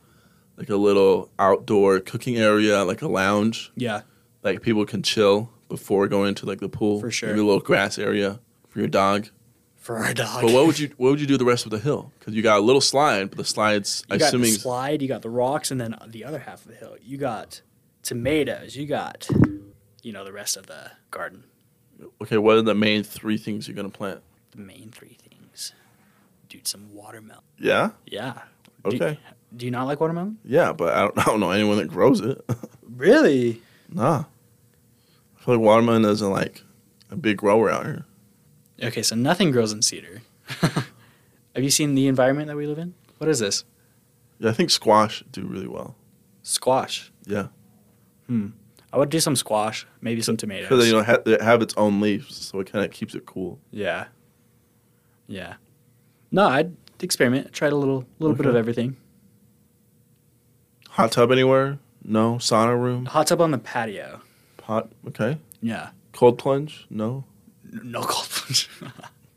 like a little outdoor cooking area, like a lounge, Yeah. like people can chill before going into like the pool. For sure. maybe a little grass area for your dog. For our dog. But what would you what would you do the rest of the hill? Because you got a little slide, but the slide's You got assuming the slide, you got the rocks, and then the other half of the hill. You got tomatoes. You got, you know, the rest of the garden. okay. What are the main three things you're gonna plant? The main three things. Dude, some watermelon. Yeah. Yeah. Do, Okay. do you not like watermelon? Yeah, but I don't, [laughs] I don't know anyone that grows it. [laughs] Really? nah. I feel like watermelon isn't like a big grower out here. Okay, so nothing grows in cedar. [laughs] Have you seen the environment that we live in? What is this? Yeah, I think squash do really well. Squash. Hmm. Yeah. I would do some squash, maybe some Because tomatoes. you know ha- they have its own leaves, so it kind of keeps it cool. Yeah. Yeah. No, I'd experiment. Tried a little little bit of Okay. everything. Hot tub anywhere? No. Sauna room? Hot tub on the patio. Pot? Okay. Yeah. Cold plunge? No. N- No cold plunge. [laughs]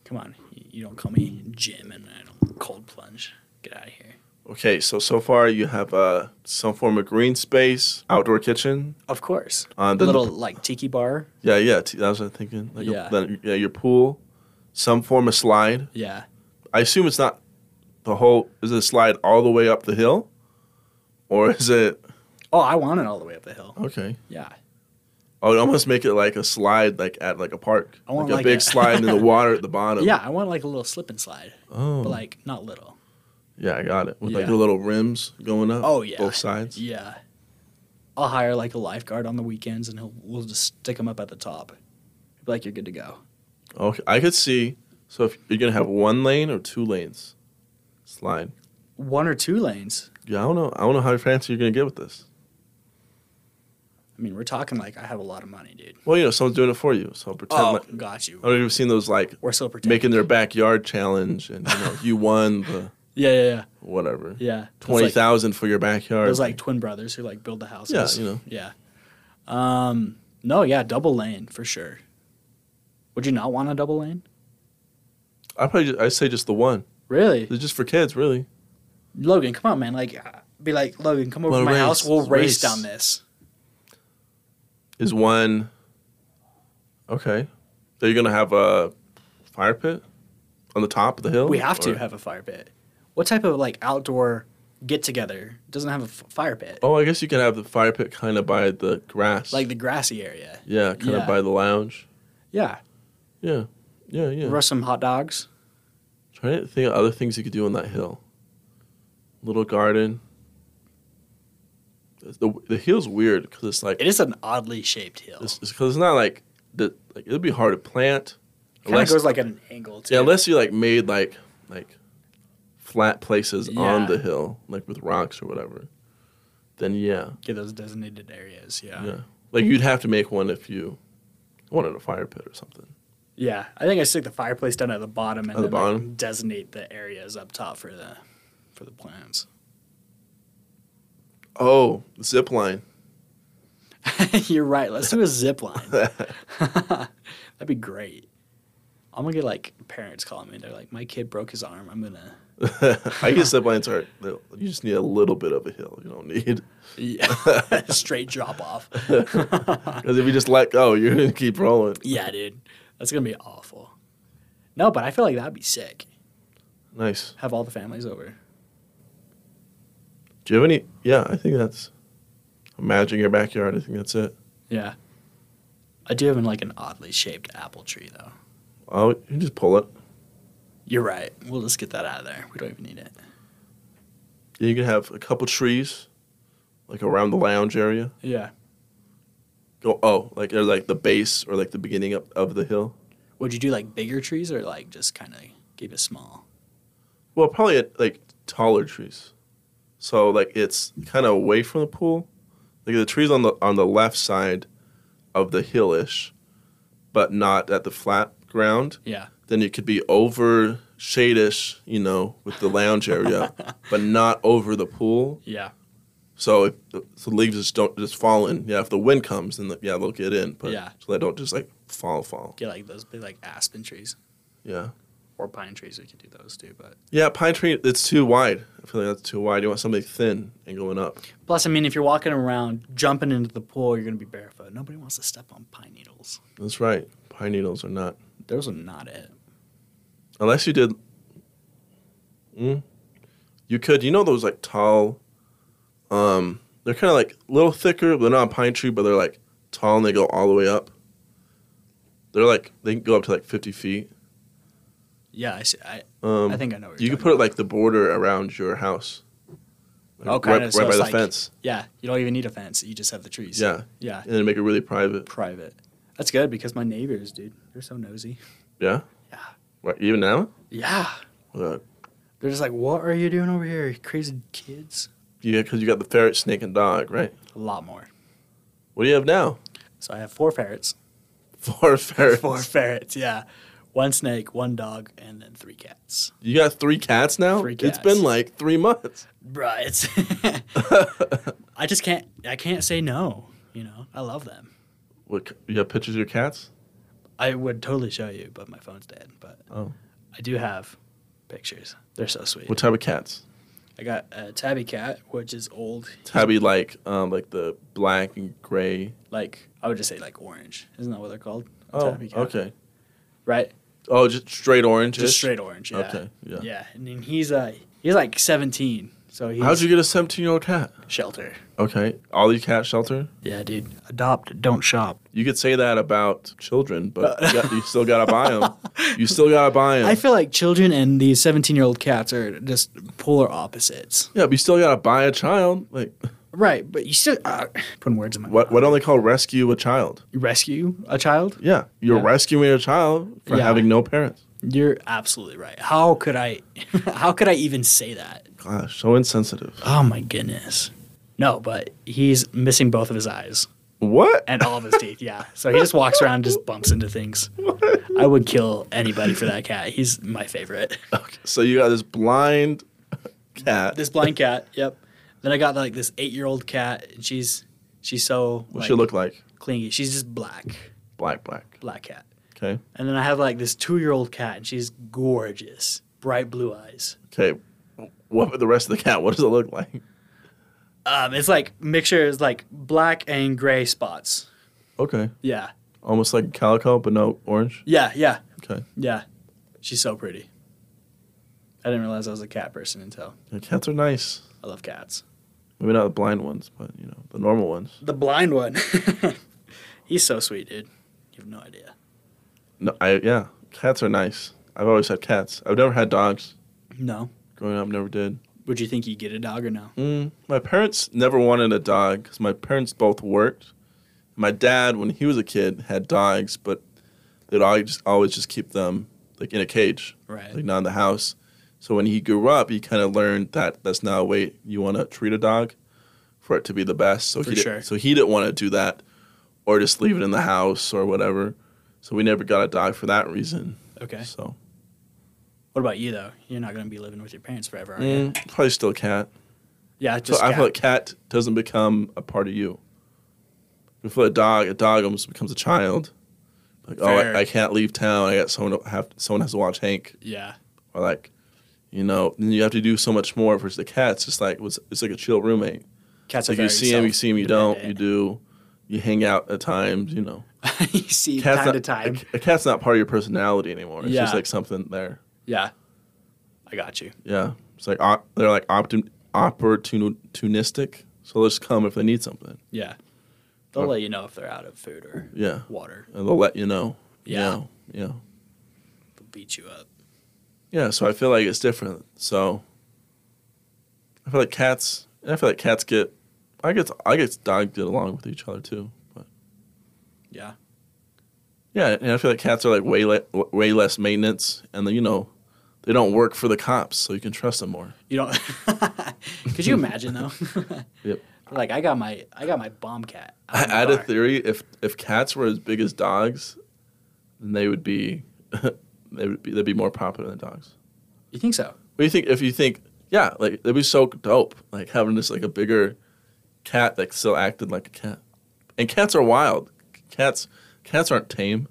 Come on. y- You don't call me Jim and I don't cold plunge. Get out of here. Okay, so so far you have uh, some form of green space, outdoor kitchen. Of course. Uh, the then little the- like tiki bar. yeah, yeah, t- that was what I'm thinking. Like a- Yeah. then, yeah, your pool, some form of slide. Yeah. I assume it's not the whole. Is it slide all the way up the hill, or is it Oh, I want it all the way up the hill. okay? Yeah. I would almost make it like a slide, like at like a park, I want like a like big a- slide in [laughs] the water at the bottom. Yeah, I want like a little slip and slide, Oh. but like not little. yeah, I got it. With like Yeah. the little rims going up. Oh, yeah. Both sides. Yeah. I'll hire like a lifeguard on the weekends and he'll, we'll just stick him up at the top. Be like, you're good to go. Okay, I could see. So if you're gonna have one lane or two lanes, slide. One or two lanes. Yeah, I don't know. I don't know how fancy you're gonna get with this. I mean, we're talking like I have a lot of money, dude. Well, you know, someone's doing it for you. So pretend. Oh, like, got you. I don't know if you've seen those like We're so protected. making their backyard challenge, and you know, you won the yeah, yeah, yeah, whatever yeah. Those, twenty like, thousand for your backyard. those like twin brothers who like build the houses. Yeah, you know. Yeah. Um. No, yeah, double lane for sure. Would you not want a double lane? I probably just, I say just the one. Really, It's just for kids, really. Logan? Come on, man. Like, uh, be like Logan. Come over Well, to my race, house. We'll race race. down this. Is Mm-hmm. one okay? So you're gonna have a fire pit on the top of the hill. We have Or- to have a fire pit. What type of like outdoor get together doesn't have a f- fire pit? Oh, I guess you can have the fire pit kind of by the grass. Like the grassy area. yeah, kind yeah. of by the lounge. Yeah. Yeah, yeah, yeah. Roast some hot dogs. Trying to think of other things you could do on that hill. Little garden. The the hill's weird because it's like It is an oddly shaped hill. it's because it's, not like the like it'd be hard to plant. Kind of unless- goes like at an angle too. yeah, unless you like made like like flat places Yeah. on the hill, like with rocks or whatever. Then yeah, get those designated areas. Yeah. yeah. yeah. Like you'd have to make one if you wanted a fire pit or something. I think I stick the fireplace down at the bottom and At the then, like, bottom? designate the areas up top for the for the plants. [laughs] Oh, zip [laughs] line. You're right. Let's do a zip line. [laughs] That'd be great. I'm gonna get like parents calling me. They're like, "My kid broke his arm. I'm gonna." I guess zip lines are you just need a little bit of a hill. You don't need [laughs] Yeah. [laughs] Straight drop off. because if you just let go, you're gonna keep rolling. yeah, dude. That's going to be awful. No, but I feel like that'd be sick. Nice. Have all the families over. Do you have any? Yeah, I think that's imagine your backyard. I think that's it. Yeah. I do have an, like an oddly shaped apple tree though. Oh, you just pull it. You're right. We'll just get that out of there. We don't even need it. You can have a couple trees, like around the lounge area. Yeah. Go oh, like or like the base or like the beginning up of the hill. Would you do like bigger trees or like just kind of keep it small? Well, probably at, like taller trees. So like it's kind of away from the pool. Like the trees on the on the left side of the hillish, but not at the flat ground. Yeah. Then it could be over shadish, you know, with the lounge [laughs] area, but not over the pool. Yeah. So if the, so the leaves just don't just fall in. Yeah, if the wind comes, then the, yeah, they'll get in. But Yeah. so they don't just like fall, fall. Get like those big like aspen trees Yeah, or pine trees. We could do those too. But yeah. Pine tree, it's too wide. I feel like that's too wide. You want something thin and going up. plus, I mean, if you're walking around jumping into the pool, you're gonna be barefoot. Nobody wants to step on pine needles. That's right. Pine needles are not. Those are not it. Unless you did. Mm, you could. You know those like tall. Um, they're kind of like a little thicker. They're not a pine tree, but they're like tall and they go all the way up. They're like they can go up to like fifty feet. Yeah, I, see, I, Um, I think I know. What you're you could talking put it about. like the border around your house. Like, Oh, kinda, right, so right by it's the like- fence. yeah. You don't even need a fence. You just have the trees. Yeah, Yeah. and then make it really private. Private. That's good because my neighbors, dude, they're so nosy. Yeah. Yeah. Right, even now, Yeah. Uh, They're just like, what are you doing over here, you crazy kids? yeah, because you got the ferret, snake, and dog, right? A lot more. What do you have now? [laughs] So I have four ferrets. Four ferrets. Four ferrets, yeah. One snake, one dog, and then three cats. You got three cats now? Three cats. It's been like three months. [laughs] Bruh, it's I just can't I can't say no, you know. I love them. What, c- you have pictures of your cats? I would totally show you, but my phone's dead. But Oh. I do have pictures. They're so sweet. What type of cats? I got a tabby cat, which is old. Tabby like um like the black and gray. Like I would just say like orange. Isn't that what they're called? A Oh, tabby cat. okay. Right? Oh, just straight orange. Just straight orange. Yeah. Okay, yeah. Yeah, and then he's uh he's like 17, So he's How'd you get a 17 year old cat? shelter. Okay. All you cat shelter? Yeah, dude. Adopt, don't shop. You could say that about children, but you, got, you still gotta buy [laughs] them. You still gotta buy them. Uh, I feel like children and these 17 year old cats are just polar opposites. yeah, but you still gotta buy a child. Like, Right, but you still uh, putting words in my what? Why don't they call rescue a child? You rescue a child? Yeah, you're Yeah. rescuing a child for Yeah. having no parents. You're absolutely right. How could I? [laughs] how could I even say that? Gosh, so insensitive. Oh my goodness. No, but he's missing both of his eyes What? and all of [laughs] his teeth. Yeah, so he just walks around, and just bumps into things. I would kill anybody for that cat. He's my favorite. so you got this blind cat. this blind cat. Yep. Then I got like this eight-year-old cat, and she's she's so what like, she look like? clingy. She's just black, Black, black. black cat. Okay. And then I have like this two-year-old cat, and she's gorgeous, bright blue eyes. Okay. What about the rest of the cat? [laughs] What does it look like? Um, it's like mixture is like black and gray spots. Okay. Yeah, Almost like calico, but no orange. yeah, yeah, Okay. yeah. She's so pretty. I didn't realize I was a cat person until Yeah, cats are nice. I love cats. Maybe not the blind ones, but you know the normal ones. The blind one, [laughs] he's so sweet, dude. You have no idea. No, I yeah, cats are nice. I've always had cats. I've never had dogs. No, Growing up, never did. would you think you get a dog or no? Mm, my parents never wanted a dog because my parents both worked. My dad, when he was a kid, had dogs, but they'd always just, always just keep them like in a cage, Right. like not in the house. So when he grew up, he kind of learned that that's not a way you want to treat a dog for it to be the best. So For he sure. did, so he didn't want to do that, or just leave it in the house or whatever. So we never got a dog for that reason. Okay. So What about you though? You're not gonna be living with your parents forever, are you? mm, probably still a cat. Yeah, So just I cat. feel like cat doesn't become a part of you. But for a dog, a dog almost becomes a child. Like, Fair. oh, I, I can't leave town. I got someone to have. Someone has to watch Hank, yeah, or like, you know, then you have to do so much more. Versus the cat, it's just like it's, it's like a chill roommate. cats like are you very see him, you see him, you don't, you self-dependent. do, you hang out at times. You know, [laughs] you see cat's time not, to time. A, a cat's not part of your personality anymore. It's just Yeah. like something there. Yeah, I got you. Yeah, it's like op, they're like optim, opportunistic. So they'll just come if they need something. Yeah. They'll Okay. let you know if they're out of food or Yeah. water. and they'll let you know. Yeah. yeah, yeah, They'll beat you up. Yeah, So I feel like it's different. So I feel like cats. and I feel like cats get. I guess I guess dogs get along with each other too. But Yeah. yeah, and I feel like cats are like way le- way less maintenance, and then you know they don't work for the cops, so you can trust them more. You don't. [laughs] Could [laughs] you imagine though? [laughs] Yep. Like I got my I got my bomb cat. [laughs] out I in the had a car. theory: if if cats were as big as dogs, then they would be [laughs] they would be they'd be more popular than dogs. You think so? What do you think if you think yeah, like that'd be so dope, like having this like a bigger cat that still acted like a cat. And cats are wild. Cats cats aren't tame.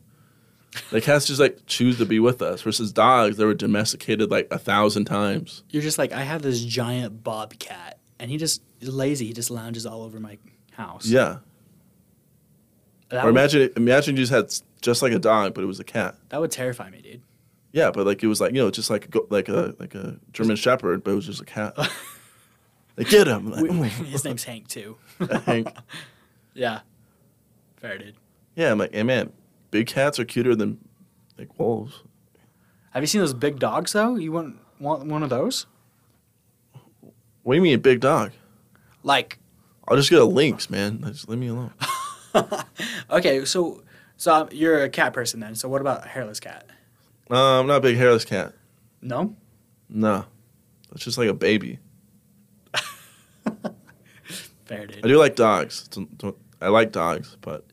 The cats just like choose to be with us versus dogs, they were domesticated like a thousand times. You're just like I have this giant bobcat, and he just he's lazy. He just lounges all over my house. Yeah. That or would, imagine imagine you just had s- just like a dog, but it was a cat. that would terrify me, [laughs] dude. Yeah, but like it was like you know just like a, go- like a like a German Shepherd, but it was just a cat. [laughs] like get him. Like, [laughs] We- [laughs] His name's Hank too. Hank. [laughs] Yeah. Fair, dude. Yeah, I'm like, hey man, big cats are cuter than like wolves. Have you seen those big dogs though? You want want one of those? What do you mean a big dog? Like [laughs] I'll just get a lynx, man. Like, Just leave me alone. Okay, so so um, you're a cat person then. So what about a hairless cat? No, I'm not a big hairless cat. No. No. It's just like a baby. Fair I dude. do like dogs. Don't- don't- I like dogs, but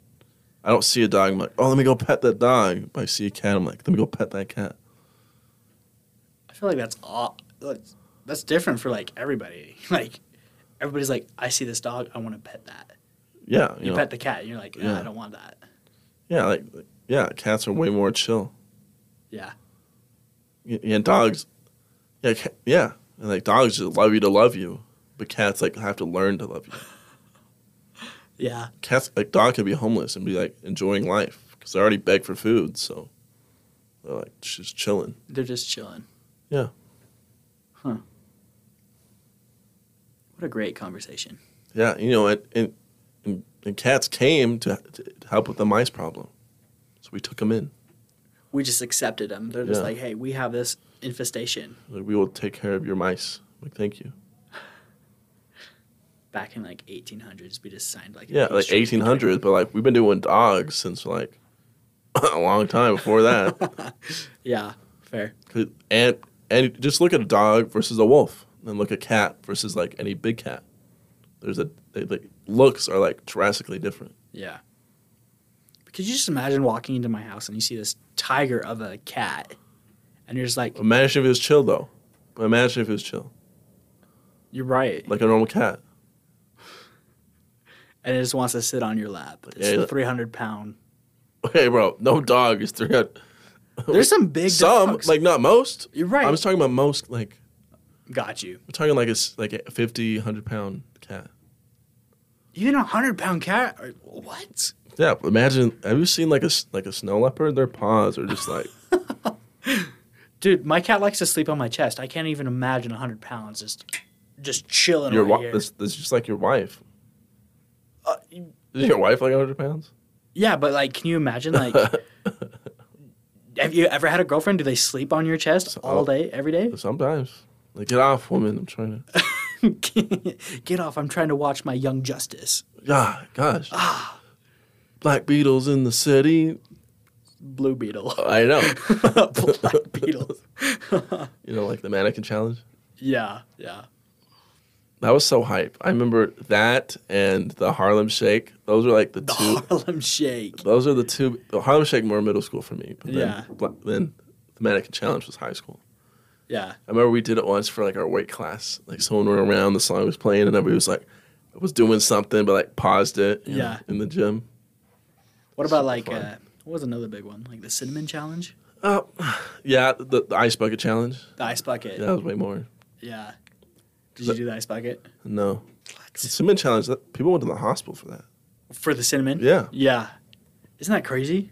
I don't see a dog. I'm like, oh, let me go pet that dog. But I see a cat. I'm like, let me go pet that cat. I feel like that's all. That's, that's different for like everybody. [laughs] Like everybody's like, I see this dog, I want to pet that. Yeah. You, You know, pet the cat, and you're like, nah, Yeah. I don't want that. yeah. Like, like- yeah. Cats are way more chill. Yeah. Y- Yeah. Dogs. Yeah. Ca- yeah. And like dogs just love you to love you, but cats like have to learn to love you. Yeah. cats like dog can be homeless and be like enjoying life because they already beg for food so they're like she's chilling They're just chilling. Yeah. Huh. What a great conversation. Yeah, you know, and and, and, and cats came to, to help with the mice problem, so we took them in. We just accepted them. They're just Yeah. like, hey, we have this infestation Like, we will take care of your mice. Like, thank you. back in like 1800s. We just signed like a Yeah, peace like treaty. 1800s, but like we've been doing dogs since like [laughs] a long time before that. [laughs] Yeah, fair. 'Cause- and and just look at a dog versus a wolf, and look at cat versus like any big cat. There's a they, like looks are like drastically different. Yeah. Could you just imagine walking into my house and you see this tiger of a cat, and you're just like, Imagine if it was chill though. Imagine if it was chill, you're right, like a normal cat. [laughs] and it just wants to sit on your lap. It's Yeah, a yeah. 300 [laughs] pound. Okay, bro. No dog is three hundred. [laughs] There's some big Some dogs. like not most. you're right. I was talking about most like Got you. we're talking like it's like a 50, 100 pound cat. Even a hundred pound cat? Or- What? Yeah, but imagine. Have you seen like a s- like a snow leopard? Their paws are [laughs] just like Dude, my cat likes to sleep on my chest. I can't even imagine a hundred pounds just, just chilling your. right Wi- here. that's, that's just like your wife. Uh, Is your wife like hundred pounds? yeah, but like, can you imagine? Like, have you ever had a girlfriend? Do they sleep on your chest all day, every day? [laughs] Sometimes. Like get off, woman. I'm trying to. Get off! I'm trying to watch my Young Justice. Yeah, gosh. Ah. Black beetles in the city. Blue Beetle. [laughs] I know. [laughs] Black Beetle. [laughs] you know, like the mannequin challenge. Yeah, yeah. That was so hype. I remember that and the Harlem Shake. Those were like the The two. Harlem Shake. Those are the two. The Harlem Shake more middle school for me. But then, Yeah. bla- then the mannequin challenge was high school. Yeah. I remember we did it once for like our weight class. Like someone went around, the song was playing, and everybody was like, was doing something, but like paused it. you know, Yeah. in the gym. What about like fun. uh, what was another big one? Like the Cinnamon Challenge, Oh, yeah. The, the ice bucket challenge. the Ice Bucket. Yeah, that was way more. Yeah. Did you do the Ice Bucket No, the what? cement challenge. That, people went to the hospital for that. for the cinnamon? Yeah. Yeah. Isn't that crazy?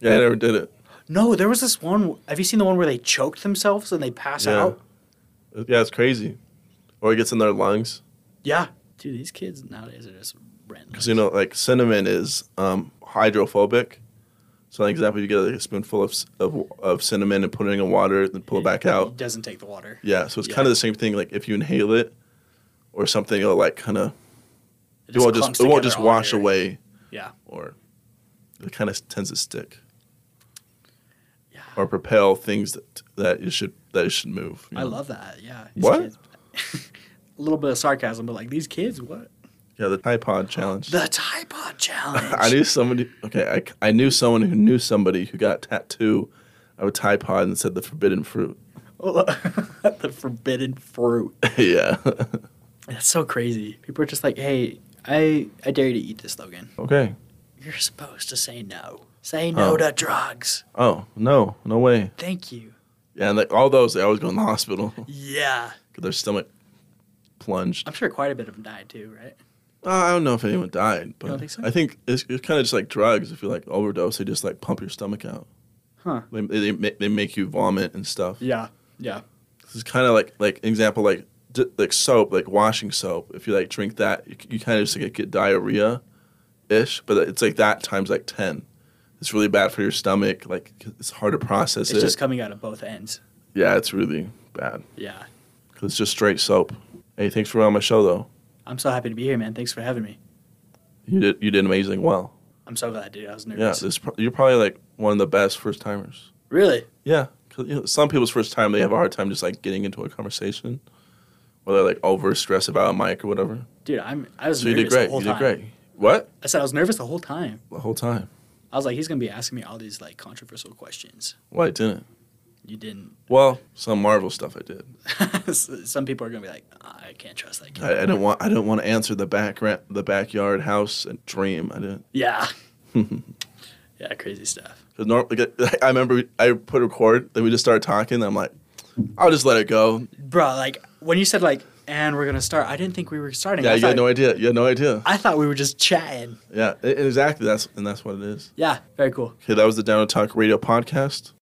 Yeah, I never did it. No, there was this one. Have you seen the one where they choked themselves and they pass Yeah. out? Yeah, it's crazy. Or it gets in their lungs. Yeah. Dude, these kids nowadays are just random. because you know like cinnamon is um, hydrophobic so like example you get like, a spoonful of, s- of, of cinnamon and put it in water then pull it back out doesn't take the water. yeah so it's Yeah. kind of the same thing like if you inhale it or something it'll like kind of It it won't just clumps it won't together just all wash your- away Yeah. or it kind of tends to stick Yeah. or propel things that that it should that it should move you I know? love that. Yeah. These What? kids- [laughs] a little bit of sarcasm, but like these kids, what? yeah the Tide pod challenge The Tide Pod Challenge. [laughs] [laughs] I knew somebody. Okay, I, I knew someone who knew somebody who got a tattoo of a Tide Pod and said the forbidden fruit. [laughs] [laughs] the forbidden fruit. yeah. [laughs] That's so crazy. People are just like, hey, I, I dare you to eat this, Logan. okay. You're supposed to say no. Say no Oh. to drugs. Oh no, no way. Thank you. Yeah, and like all those, they always go in [laughs] the hospital Yeah. because their stomach plunged. I'm sure quite a bit of them died too, right? Uh, I don't know if anyone died, but don't think so? I think it's, it's kind of just like drugs. If you like overdose, they just like pump your stomach out. Huh. They they, they, ma- they make you vomit and stuff. Yeah. Yeah. This is kind of like like example like d- like soap, like washing soap. If you like drink that, you, c- you kind of just like, get diarrhea, ish. But it's like that times like ten. It's really bad for your stomach. Like it's hard to process It's it. just coming out of both ends. yeah, it's really bad Yeah. because it's just straight soap. Hey, thanks for being on my show though. I'm so happy to be here, man. Thanks for having me. You did you did amazing well. I'm so glad, dude. I was Yeah, nervous. this pro- you're probably like one of the best first timers. really? Yeah, 'cause, you know, some people's first time they have a hard time just like getting into a conversation, or they're like over stressed about a mic or whatever. Dude, I'm I was So you nervous did great. the whole You time. did great. What? I said I was nervous the whole time. The whole time. I was like, he's gonna be asking me all these like controversial questions. Well, I didn't. You didn't. [laughs] Well, some Marvel stuff I did. Some people are gonna be like, "Ah, I can't trust that kid. I, I didn't want. I didn't want to answer the back ra- the backyard house and dream. I didn't. [laughs] yeah. yeah, crazy stuff. 'Cause nor- like, I remember we- I put record. Then we just started talking. And I'm like, I'll just let it go. Bro, like when you said like, and we're gonna start, I didn't think we were starting. Yeah, I you thought, had no idea. You had no idea. I thought we were just chatting. Yeah, e- exactly. That's and that's what it is. Yeah, very cool. Okay, that was the Down to Talk Radio podcast.